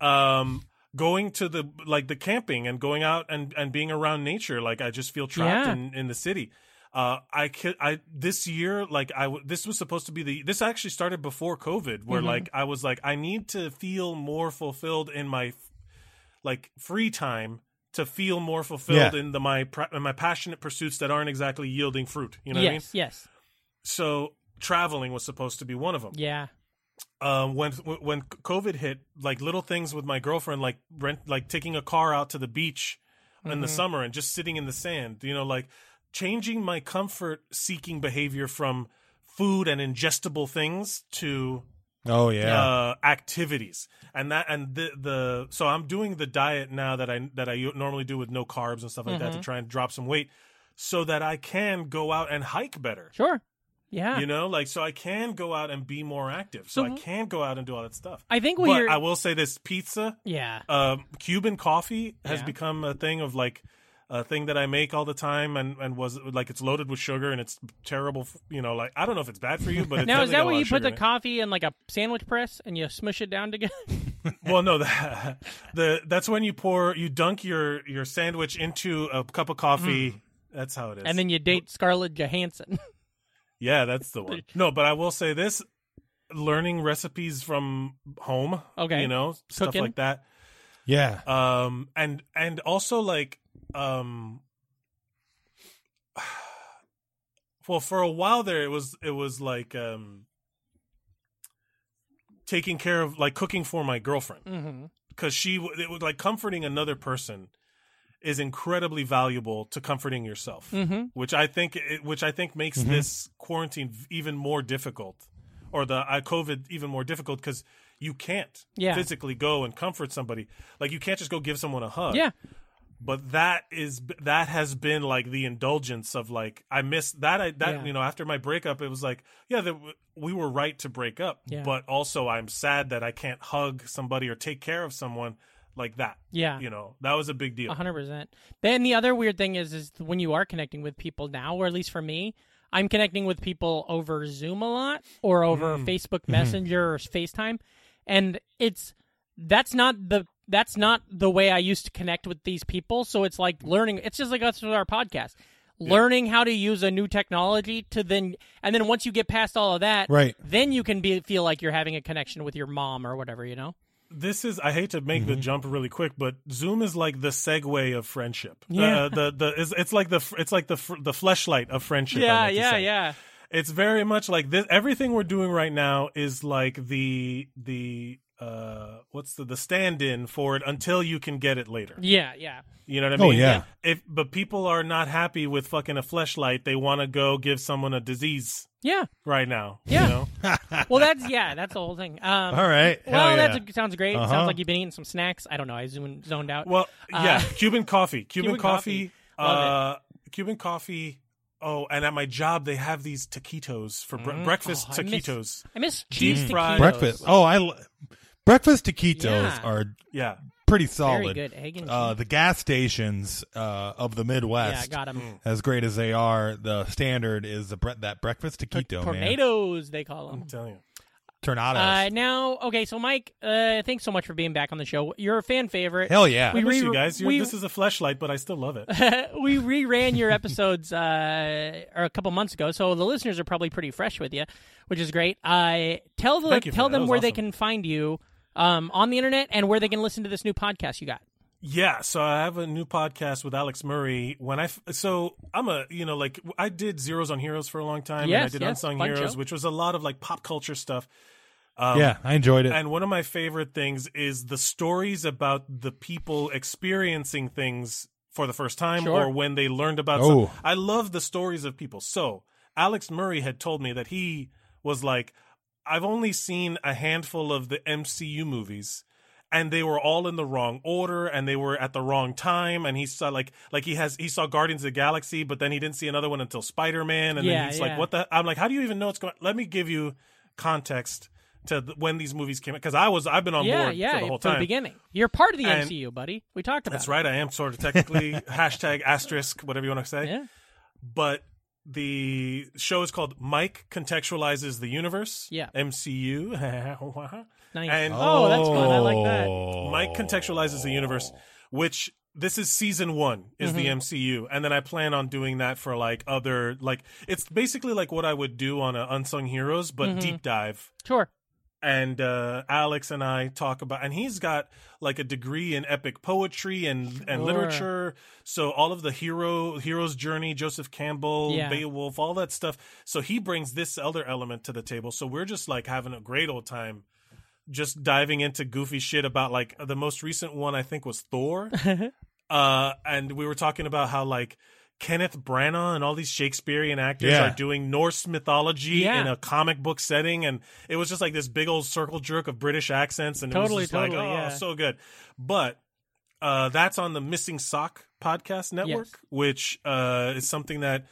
Um, going to the like the camping and going out and and being around nature. Like I just feel trapped Yeah. in in the city. Uh, I could I this year like I w- this was supposed to be the this actually started before COVID Mm-hmm. where like I was like I need to feel more fulfilled in my f- like free time to feel more fulfilled Yeah. in the my pra- in my passionate pursuits that aren't exactly yielding fruit. You know what I mean? yes. Yes. So traveling was supposed to be one of them Yeah. um, when when COVID hit, like little things with my girlfriend, like rent, like taking a car out to the beach in the summer and just sitting in the sand, you know, like changing my comfort seeking behavior from food and ingestible things to oh yeah. uh, activities, and that and the the so I'm doing the diet now that I that I u- normally do with no carbs and stuff like that to try and drop some weight, so that I can go out and hike better. Sure. Yeah. You know, like so I can go out and be more active. So, So- I can go out and do all that stuff. I think what but you're. I will say this: pizza, yeah. um, Cuban coffee has Yeah. become a thing of like a thing that I make all the time, and and was like it's loaded with sugar and it's terrible. f- You know, like I don't know if it's bad for you, but it's Now is definitely got that a where lot you of put sugar the in it. coffee in like a sandwich press and you smush it down together? Well, no, the, the that's when you pour you dunk your your sandwich into a cup of coffee. That's how it is. Mm. and then you date Scarlett Johansson. yeah, that's the one. No, but I will say this: learning recipes from home. Okay. you know stuff Cooking. like that. yeah. um and and also like um well for a while there it was it was like um taking care of like cooking for my girlfriend mm-hmm. because she w- it was like comforting another person is incredibly valuable to comforting yourself, Mm-hmm. which I think it- which I think makes this quarantine v- even more difficult, or the uh, COVID even more difficult because you can't Yeah. physically go and comfort somebody. Like you can't just go give someone a hug. Yeah. But that is that has been like the indulgence of like I miss that I that Yeah. you know after my breakup it was like yeah that w- we were right to break up Yeah. but also I'm sad that I can't hug somebody or take care of someone like that Yeah. Uh-huh. you know that was a big deal A hundred percent. Then the other weird thing is, is when you are connecting with people now, or at least for me, I'm connecting with people over Zoom a lot, or over Facebook Messenger or FaceTime, and it's that's not the that's not the way I used to connect with these people. So it's like learning. It's just like us with our podcast, learning how to use a new technology to then, and then once you get past all of that, Right. Then you can be feel like you're having a connection with your mom or whatever, you know. this is I hate to make the jump really quick, but Zoom is like the segue of friendship. Yeah. Uh, the the it's, it's like the f- it's like the f- the fleshlight of friendship. I Yeah, like to yeah, say. yeah. It's very much like this. Everything we're doing right now is like the the uh what's the the stand in for it until you can get it later. Yeah, yeah. You know what I Oh, mean? yeah. If but people are not happy with fucking a fleshlight, they want to go give someone a disease Yeah. right now. Yeah. You know? Well, that's yeah, that's the whole thing. Um, All right. Hell Well, yeah. that sounds great. It Uh-huh. Sounds like you've been eating some snacks. I don't know. I zoomed, zoned out. Well, yeah, Uh, Cuban coffee. Cuban, Cuban coffee. coffee. Love Uh, Cuban coffee. Oh, and at my job they have these taquitos for bre- breakfast Oh, I miss- taquitos. I miss cheese fried- taquitos. breakfast. Oh, I l- breakfast taquitos Yeah. are Yeah. pretty solid. good. Egg and uh, cheese. the gas stations uh, of the Yeah, Midwest, got them. as great as they are, the standard is the bre- that breakfast taquito, man. Tornadoes, they call them. I'm telling you. Tornadoes. Uh, now, okay, so Mike, uh, thanks so much for being back on the show. You're a fan favorite. Hell yeah. we I miss re- you guys. You're, we- this is a flashlight, but I still love it. we reran your episodes uh, or a couple months ago, so the listeners are probably pretty fresh with you, which is great. Uh, tell the Thank you for tell that. That them was where they awesome. can find you um, on the internet and where they can listen to this new podcast you got. Yeah, so I have a new podcast with Alex Murray. When I f- so I'm a you know like I did Zeros on Heroes for a long time, and I Yes, did yes, Unsung fun Heroes, show. which was a lot of like pop culture stuff. yeah, I enjoyed it. And one of my favorite things is the stories about the people experiencing things for the first time Sure. or when they learned about Oh. some- I love the stories of people. So, Alex Murray had told me that he was like I've only seen a handful of the MCU movies and they were all in the wrong order and they were at the wrong time and he saw like like he has he saw Guardians of the Galaxy but then he didn't see another one until Spider-Man and Yeah, then he's yeah. like what the I'm like how do you even know what's going let me give you context to th- when these movies came out cuz I was I've been on yeah, board yeah, for the whole time beginning. You're part of the And- MCU, buddy. We talked about that's it. right I am sort of technically hashtag asterisk whatever you want to say Yeah. but the show is called Mike contextualizes the universe Yeah. MCU Nice. And- oh, that's fun. I like that. Oh. Mike contextualizes the universe, which this is season one is the MCU, and then I plan on doing that for like other like it's basically like what I would do on a Unsung Heroes, but deep dive. Sure. And uh, Alex and I talk about, and he's got like a degree in epic poetry and and Sure. literature. So all of the hero hero's journey, Joseph Campbell, Yeah. Beowulf, all that stuff. So he brings this elder element to the table. So we're just like having a great old time just diving into goofy shit about like the most recent one I think was Thor. Uh-huh. uh and we were talking about how like Kenneth Branagh and all these Shakespearean actors Yeah. are doing Norse mythology Yeah. in a comic book setting and it was just like this big old circle jerk of British accents and Totally, it was just totally, like oh yeah. so good. But uh that's on the Missing Sock podcast network Yes. which uh is something that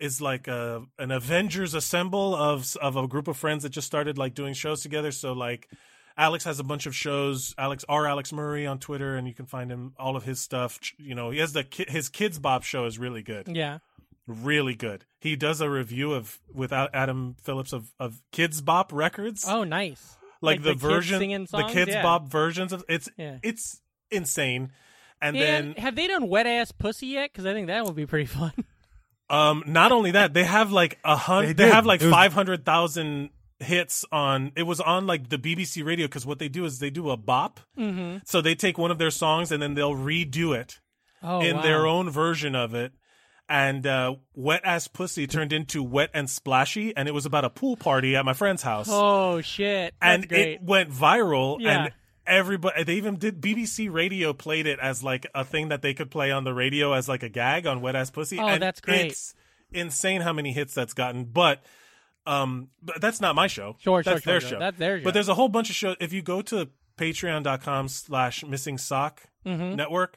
is like a an Avengers assemble of of a group of friends that just started like doing shows together. So like Alex has a bunch of shows. Alex R. Alex Murray on Twitter, and you can find him all of his stuff. Ch- You know, he has the ki- his Kids Bob show is really good, Yeah. really good. He does a review of without Adam Phillips of of Kids Bop records, Oh, nice. like, the, kids version, singing the songs? Kids yeah. Bop versions of it's Yeah. it's insane. And They had- then have they done wet ass pussy yet? Because I think that would be pretty fun. Um, not only that, they have like a They hundred. did. They, have like It was- five hundred thousand hits on. It was on like the BBC radio because what they do is they do a bop. Mm-hmm. So they take one of their songs and then they'll redo it Oh, in wow. their own version of it. And uh, wet ass pussy turned into wet and splashy, and it um, was about a pool party at my friend's house Oh shit. That's and great. it went viral Yeah. and everybody they even did BBC radio played it as like a thing that they could play on the radio as like a gag on wet ass pussy. Oh, and that's great. It's insane how many hits that's gotten, but um but that's not my show. Sure, that's sure, their sure, show. sure. That's their show. But there's a whole bunch of shows if you go to patreon.com slash missing sock Mm-hmm. network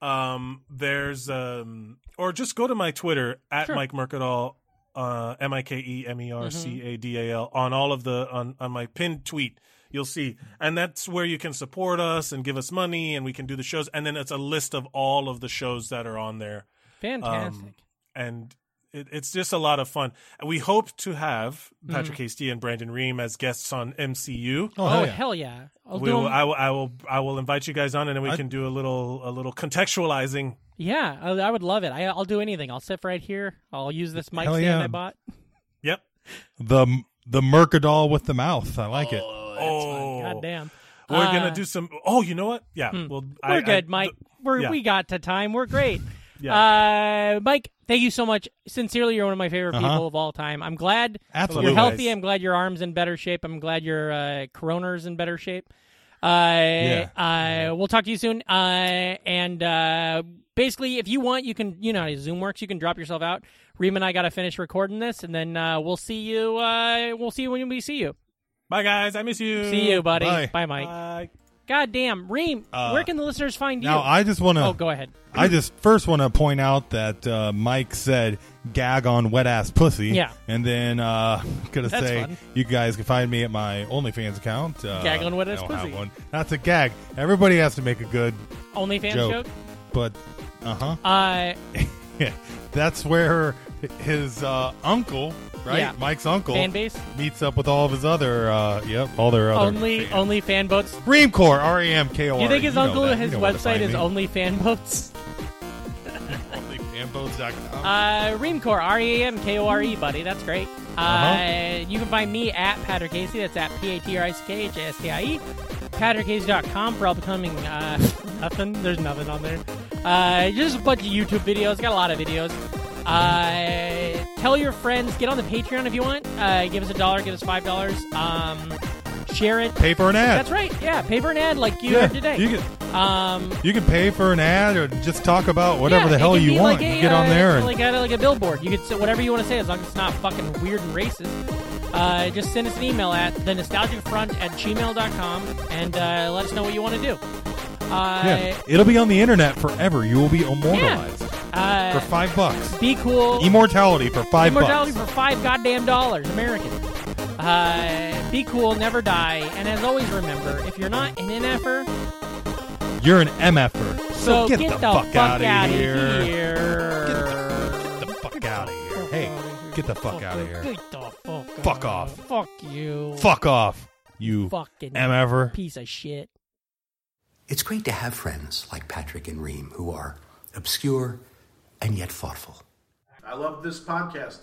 um there's um or just go to my twitter at mike mercadal uh m-i-k-e-m-e-r-c-a-d-a-l Mm-hmm. on all of the on on my pinned tweet you'll see and that's where you can support us and give us money and we can do the shows and then it's a list of all of the shows that are on there Fantastic. and it, it's just a lot of fun we hope to have patrick hasty and brandon ream as guests on mcu Mm-hmm. oh, hell hell, yeah. yeah. I'll we do will, 'em- I will, I will, I will invite you guys on, and then we can do a little, a little contextualizing. yeah, I, I would love it. I, I'll do anything. I'll sit right here. I'll use this mic Hell stand yeah. I bought. Yep. The the Mercadol with the mouth. I like it. oh, God damn. we're gonna Uh, hmm. do some. Oh, you know what? Yeah. Well, I, We're I- good, Mike. We're, yeah. We got to time. We're great. uh, Mike, thank you so much. Sincerely, you're one of my favorite Uh-huh. people of all time. I'm glad Absolutely. you're healthy. Guys. I'm glad your arm's in better shape. I'm glad your uh, coroner's in better shape. Uh, uh, We'll talk to you soon. Uh, and uh, basically, if you want, you can, you know how Zoom works. You can drop yourself out. Reem and I got to finish recording this, and then uh, we'll see you. Uh, we'll see you when we see you. Bye, guys. I miss you. See you, buddy. Bye. Mike. Bye. God damn, Reem. Uh, where can the listeners find you? Now I just want to. oh, go ahead. I just first want to point out that uh, Mike said gag on wet ass pussy. Yeah. And then uh, gonna That's say fun. you guys can find me at my OnlyFans account. Uh, Gag on wet I ass don't have pussy. one. That's a gag. Everybody has to make a good OnlyFans joke. joke. But uh huh. Uh, That's where his uh, uncle, right? Yeah. Mike's uncle fan base. meets up with all of his other uh, yep, all their other only fans. only fan boats. Reamcore, R E M K O R. Do you think his know uncle that. his You know where to website find is me. only fan boats? OnlyFanboats.com. Uh, Reamcore, R E A M K O R E, buddy. That's great. Uh, Uh-huh. You can find me at Patrick Casey. That's at P A T R I C K H A S T I E. PatrickCasey.com for all becoming uh, nothing. There's nothing on there. Uh, just a bunch of YouTube videos. Got a lot of videos. Uh, tell your friends. Get on the Patreon if you want. Uh, give us a dollar. Give us five dollars. Um, share it. Paper and ad. That's right. Yeah, pay for an ad like you Yeah, heard today. You can um, you can pay for an ad or just talk about whatever yeah, the it hell can you be want. Like a, you get on uh, there and like a, like a billboard. You could say whatever you want to say as long as it's not fucking weird and racist. Uh, just send us an email at the nostalgic front at gmail.com and uh, let us know what you want to do. Uh, yeah, it'll be on the internet forever. You will be immortalized uh, for five bucks. be cool. Immortality for five Immortality bucks. for five goddamn dollars, American. Uh, be cool, never die, and as always, remember if you're not an NFer, You're an MFer. so, get, the, fuck, out outta of here. here. Get the fuck out of here. Hey, get the fuck out of here. Get the fuck. Fuck outta off. here. Fuck you. Fuck off, you Fucking MFer. piece of shit. It's great to have friends like Patrick and Reem who are obscure and yet thoughtful. I love this podcast.